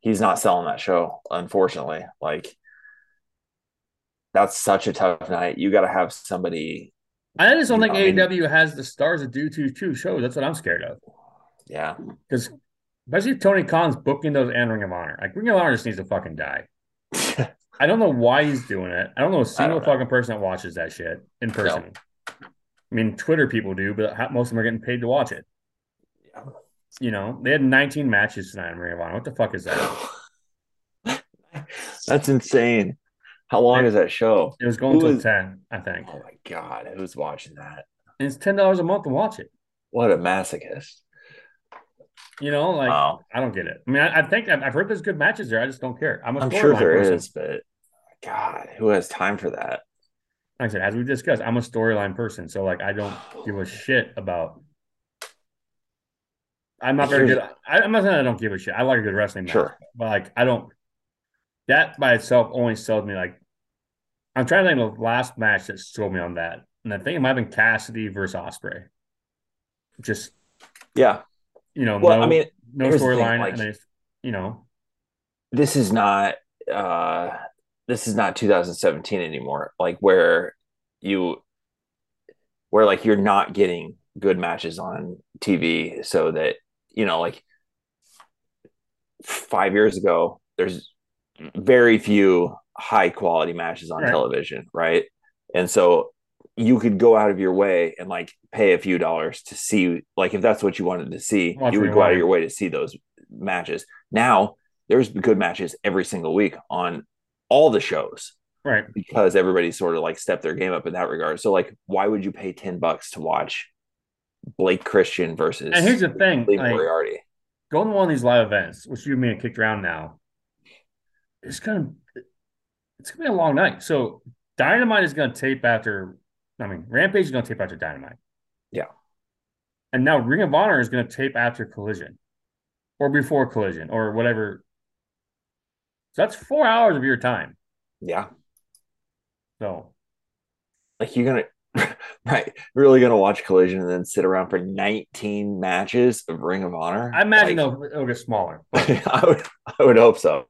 Speaker 2: he's not selling that show. Unfortunately, like that's such a tough night. You got to have somebody.
Speaker 1: I just don't
Speaker 2: Yeah,
Speaker 1: think
Speaker 2: I mean-
Speaker 1: AEW has the stars to do two two shows. That's what I'm scared of.
Speaker 2: Yeah, (laughs)
Speaker 1: Because especially if Tony Khan's booking those and Ring of Honor. Like Ring of Honor just needs to fucking die. I don't know why he's doing it. I don't know a single
Speaker 2: know.
Speaker 1: fucking person that watches that shit in person. I mean, Twitter people do, but how, most of them are getting paid to watch it.
Speaker 2: Yeah.
Speaker 1: You know, they had 19 matches tonight in Ring of Honor. What the fuck is that?
Speaker 2: that's insane. How long is that show?
Speaker 1: It was going
Speaker 2: Who
Speaker 1: to
Speaker 2: is-
Speaker 1: 10, I think.
Speaker 2: Oh my god, who's watching that?
Speaker 1: And it's $10 a month to watch it.
Speaker 2: What a masochist!
Speaker 1: You know, like,
Speaker 2: wow,
Speaker 1: I don't get it. I mean, I, I think I've, I've heard there's good matches there. I just don't care. I'm a
Speaker 2: I'm sure
Speaker 1: storyline
Speaker 2: there
Speaker 1: person.
Speaker 2: is, but God, who has time for that?
Speaker 1: Like I said, as we discussed, I'm a
Speaker 2: (sighs)
Speaker 1: storyline person. So, like, I don't give a shit about I'm not very good. I, I'm not saying I don't give a shit. I like a good wrestling match,
Speaker 2: Sure.
Speaker 1: but like I don't. That by itself only sold me like. I'm trying to think of the last match that sold me on that, and I think it might have been Cassidy versus Osprey. Just
Speaker 2: Yeah.
Speaker 1: you know,
Speaker 2: Well,
Speaker 1: Oh, no,
Speaker 2: I mean,
Speaker 1: no
Speaker 2: here's the thing,
Speaker 1: storyline,
Speaker 2: like-
Speaker 1: and it's, you know,
Speaker 2: this is not uh this is not 2017 anymore like where you where like you're not getting good matches on TV so that you know like 5 years ago there's very few high quality matches on
Speaker 1: Right.
Speaker 2: television right and so you could go out of your way and like pay a few dollars to see like if that's what you wanted to see
Speaker 1: Watch
Speaker 2: you would
Speaker 1: rewind.
Speaker 2: go out of your way to see those matches now there's good matches every single week on all the shows
Speaker 1: right?
Speaker 2: because everybody sort of like stepped their game up in that regard. So like, why would you pay ten bucks to watch Blake Christian versus
Speaker 1: And here's the thing,
Speaker 2: Lee
Speaker 1: like,
Speaker 2: Moriarty?
Speaker 1: going to one of these live events, which you and me have kicked around now, it's gonna it's gonna be a long night. So Dynamite is gonna tape after I mean Rampage is gonna tape after Dynamite.
Speaker 2: Yeah.
Speaker 1: And now Ring of Honor is gonna tape after Collision or before Collision or whatever. So that's four hours of your time.
Speaker 2: Yeah,
Speaker 1: So
Speaker 2: like you're gonna (laughs) right, really gonna watch Collision and then sit around for nineteen matches of Ring of Honor.
Speaker 1: I imagine
Speaker 2: Like,
Speaker 1: it'll, it'll get smaller.
Speaker 2: (laughs) I would, I would hope so.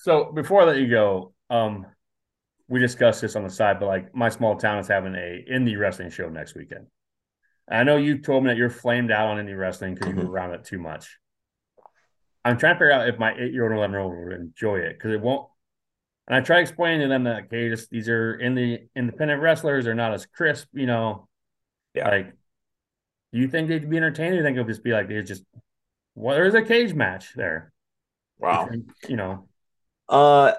Speaker 1: So before I let you go, um, we discussed this on the side, but like my small town is having a indie wrestling show next weekend. I know you told me that you're flamed out on indie wrestling because
Speaker 2: Mm-hmm.
Speaker 1: you were around it too much. I'm trying to figure out if my eight year old and eleven year old would enjoy it because it won't. And I try explaining to them that like, hey, this, these are in the independent wrestlers. They're not as crisp, you know.
Speaker 2: Yeah.
Speaker 1: Like, do you think they'd be entertained? Or do you think it'll just be like it's just well, there's a cage match there.
Speaker 2: Wow.
Speaker 1: You know.
Speaker 2: Uh,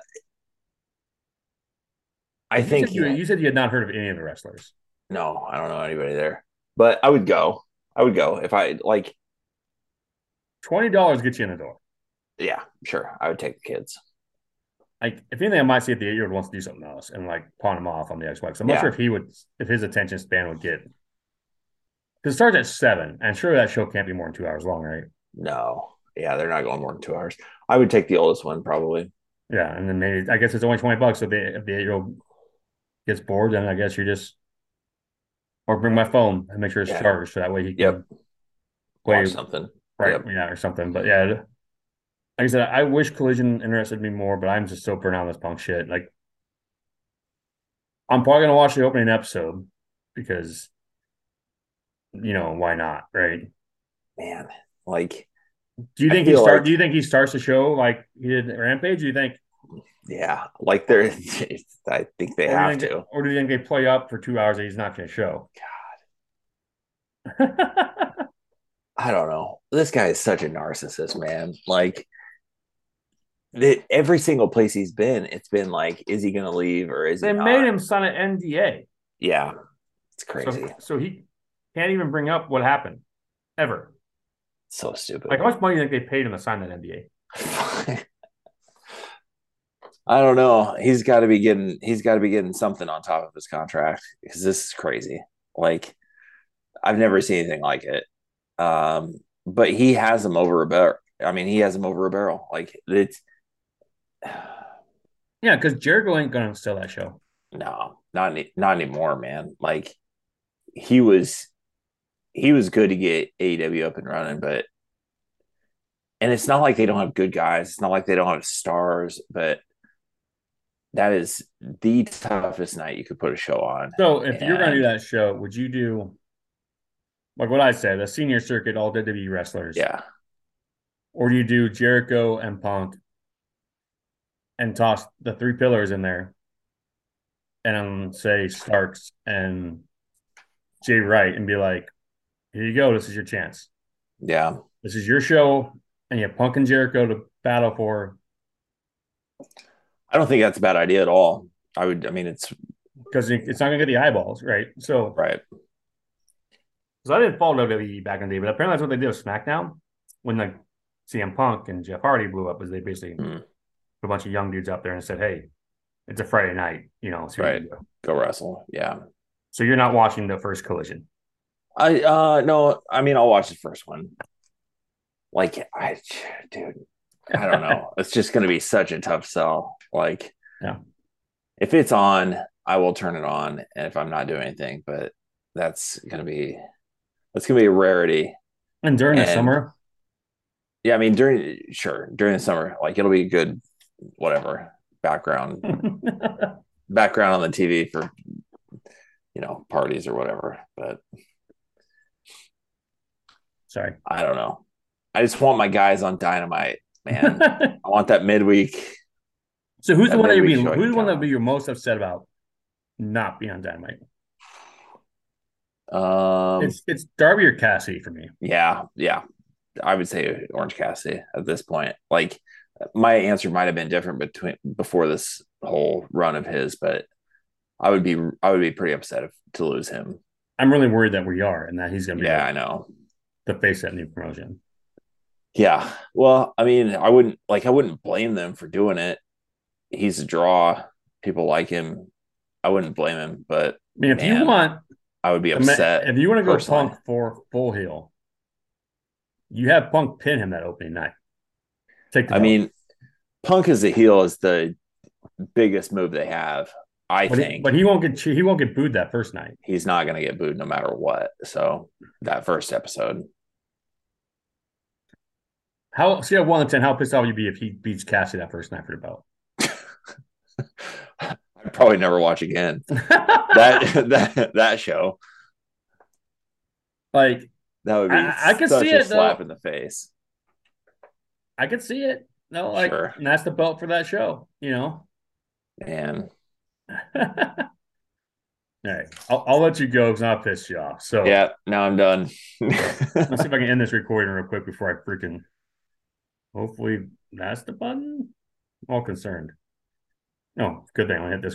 Speaker 2: I
Speaker 1: You
Speaker 2: think
Speaker 1: said you, you said you had not heard of any of the wrestlers.
Speaker 2: No, I don't know anybody there. But I would go. I would go if I like.
Speaker 1: Twenty dollars gets you in the door.
Speaker 2: Yeah, sure. I would take the kids.
Speaker 1: Like if anything, I might see if the eight-year-old wants to do something else and like pawn him off on the Xbox. I'm not
Speaker 2: Yeah.
Speaker 1: sure if he would, if his attention span would get. Because it starts at seven, and sure that show can't be more than two hours long, right?
Speaker 2: No, yeah, they're not going more than two hours. I would take the oldest one probably.
Speaker 1: Yeah, and then maybe I guess it's only twenty bucks. So if the, if the eight-year-old gets bored, then I guess you're just or bring my phone and make sure it's
Speaker 2: Yeah.
Speaker 1: charged, so that way he can
Speaker 2: Yep.
Speaker 1: play
Speaker 2: Watch something.
Speaker 1: right
Speaker 2: Yep.
Speaker 1: yeah or something but yeah like i said i wish collision interested me more but i'm just so burnt out on this punk shit like i'm probably gonna watch the opening episode because you know why not right
Speaker 2: Man, like,
Speaker 1: do you
Speaker 2: I
Speaker 1: think he
Speaker 2: feel
Speaker 1: start
Speaker 2: like-
Speaker 1: do you think he starts the show like he did at rampage do you think
Speaker 2: yeah, like they're. (laughs) I think
Speaker 1: or do
Speaker 2: they
Speaker 1: you
Speaker 2: have
Speaker 1: think they-
Speaker 2: to.
Speaker 1: or do you think they play up for two hours that he's not gonna show god
Speaker 2: I don't know. This guy is such a narcissist, man. Like that every single place he's been, it's been like, is he gonna leave or is
Speaker 1: (laughs) they
Speaker 2: he not?
Speaker 1: made him sign an nda
Speaker 2: Yeah, it's crazy.
Speaker 1: so, so he can't even bring up what happened ever
Speaker 2: So stupid.
Speaker 1: like how much money do you think they paid him to sign that nda
Speaker 2: (laughs) I don't know. He's got to be getting he's got to be getting something on top of his contract because this is crazy. Like I've never seen anything like it. Um, but he has him over a barrel. I mean, he has him over a barrel. Like it's
Speaker 1: Yeah, because Jericho ain't gonna steal that show.
Speaker 2: no, not any- not anymore, man. Like he was he was good to get AEW up and running, but and it's not like they don't have good guys. It's not like they don't have stars, but that is the toughest night you could put a show on.
Speaker 1: So if you're gonna
Speaker 2: And-
Speaker 1: do that show, would you do like what I said, a senior circuit all WWE wrestlers?
Speaker 2: Yeah.
Speaker 1: Or do you do Jericho and Punk and toss the three pillars in there and um, say Starks and Jay Wright and be like, here you go, this is your chance.
Speaker 2: Yeah.
Speaker 1: This is your show, and you have Punk and Jericho to battle for
Speaker 2: I don't think that's a bad idea at all. I would I mean it's
Speaker 1: because it's not gonna get the eyeballs, right? So
Speaker 2: right.
Speaker 1: So I didn't follow WWE E back in the day, but apparently that's what they did with SmackDown when like CM Punk and Jeff Hardy blew up. Is they basically
Speaker 2: Hmm.
Speaker 1: put a bunch of young dudes out there and said, "Hey, it's a Friday night, you know." So,
Speaker 2: Right. Go wrestle. Yeah.
Speaker 1: so you're not watching the first collision.
Speaker 2: I uh no, I mean I'll watch the first one. like I dude, I don't know. it's just gonna be such a tough sell. Like
Speaker 1: Yeah.
Speaker 2: if it's on, I will turn it on if I'm not doing anything, but that's gonna be that's gonna be a rarity.
Speaker 1: And during the
Speaker 2: And-
Speaker 1: summer, (laughs)
Speaker 2: Yeah, I mean during sure, during the summer, like it'll be a good whatever background background on the TV for you know parties or whatever. But
Speaker 1: sorry. (laughs)
Speaker 2: I don't know. I just want my guys on dynamite, man. I want that midweek.
Speaker 1: so who's the
Speaker 2: That
Speaker 1: one that
Speaker 2: maybe
Speaker 1: you'd be
Speaker 2: we should
Speaker 1: who's the one
Speaker 2: count.
Speaker 1: that be you're most upset about not being on dynamite?
Speaker 2: Um,
Speaker 1: it's it's Darby or Cassidy for me.
Speaker 2: yeah, yeah. I would say Orange Cassidy at this point. Like my answer might have been different between before this whole run of his, but I would be I would be pretty upset if, to lose him.
Speaker 1: I'm really worried that we are and that he's gonna be
Speaker 2: Yeah,
Speaker 1: like,
Speaker 2: I know.
Speaker 1: the face of that new promotion.
Speaker 2: Yeah. Well, I mean, I wouldn't like I wouldn't blame them for doing it. He's a draw. People like him. I wouldn't blame him, but
Speaker 1: I mean, if you
Speaker 2: Man,
Speaker 1: want
Speaker 2: I would be
Speaker 1: I mean,
Speaker 2: upset.
Speaker 1: if you want to go
Speaker 2: personally.
Speaker 1: Punk for full heel, you have Punk pin him that opening night. Take the
Speaker 2: I
Speaker 1: belt.
Speaker 2: mean, Punk as a heel is the biggest move they have. I
Speaker 1: but he,
Speaker 2: think
Speaker 1: but he won't get che- he won't get booed that first night.
Speaker 2: he's not going to get booed no matter what. So that first episode,
Speaker 1: How see at one to ten, how pissed off would you be if he beats Cassidy that first night for the belt?
Speaker 2: (laughs)
Speaker 1: (laughs)
Speaker 2: I'd probably never watch again.
Speaker 1: (laughs)
Speaker 2: That (laughs) that that show
Speaker 1: like
Speaker 2: that would be
Speaker 1: I- I could
Speaker 2: such
Speaker 1: see
Speaker 2: a
Speaker 1: it, though.
Speaker 2: slap in the face.
Speaker 1: I could see it. No, like
Speaker 2: Sure.
Speaker 1: and that's the belt for that show, you know. (laughs)
Speaker 2: And
Speaker 1: All right, I'll, I'll let you go because I pissed you off. So
Speaker 2: yeah, now I'm done. (laughs)
Speaker 1: Let's see if I can end this recording real quick before I freaking. Hopefully, that's the button. All concerned. No, Oh, good thing I hit this.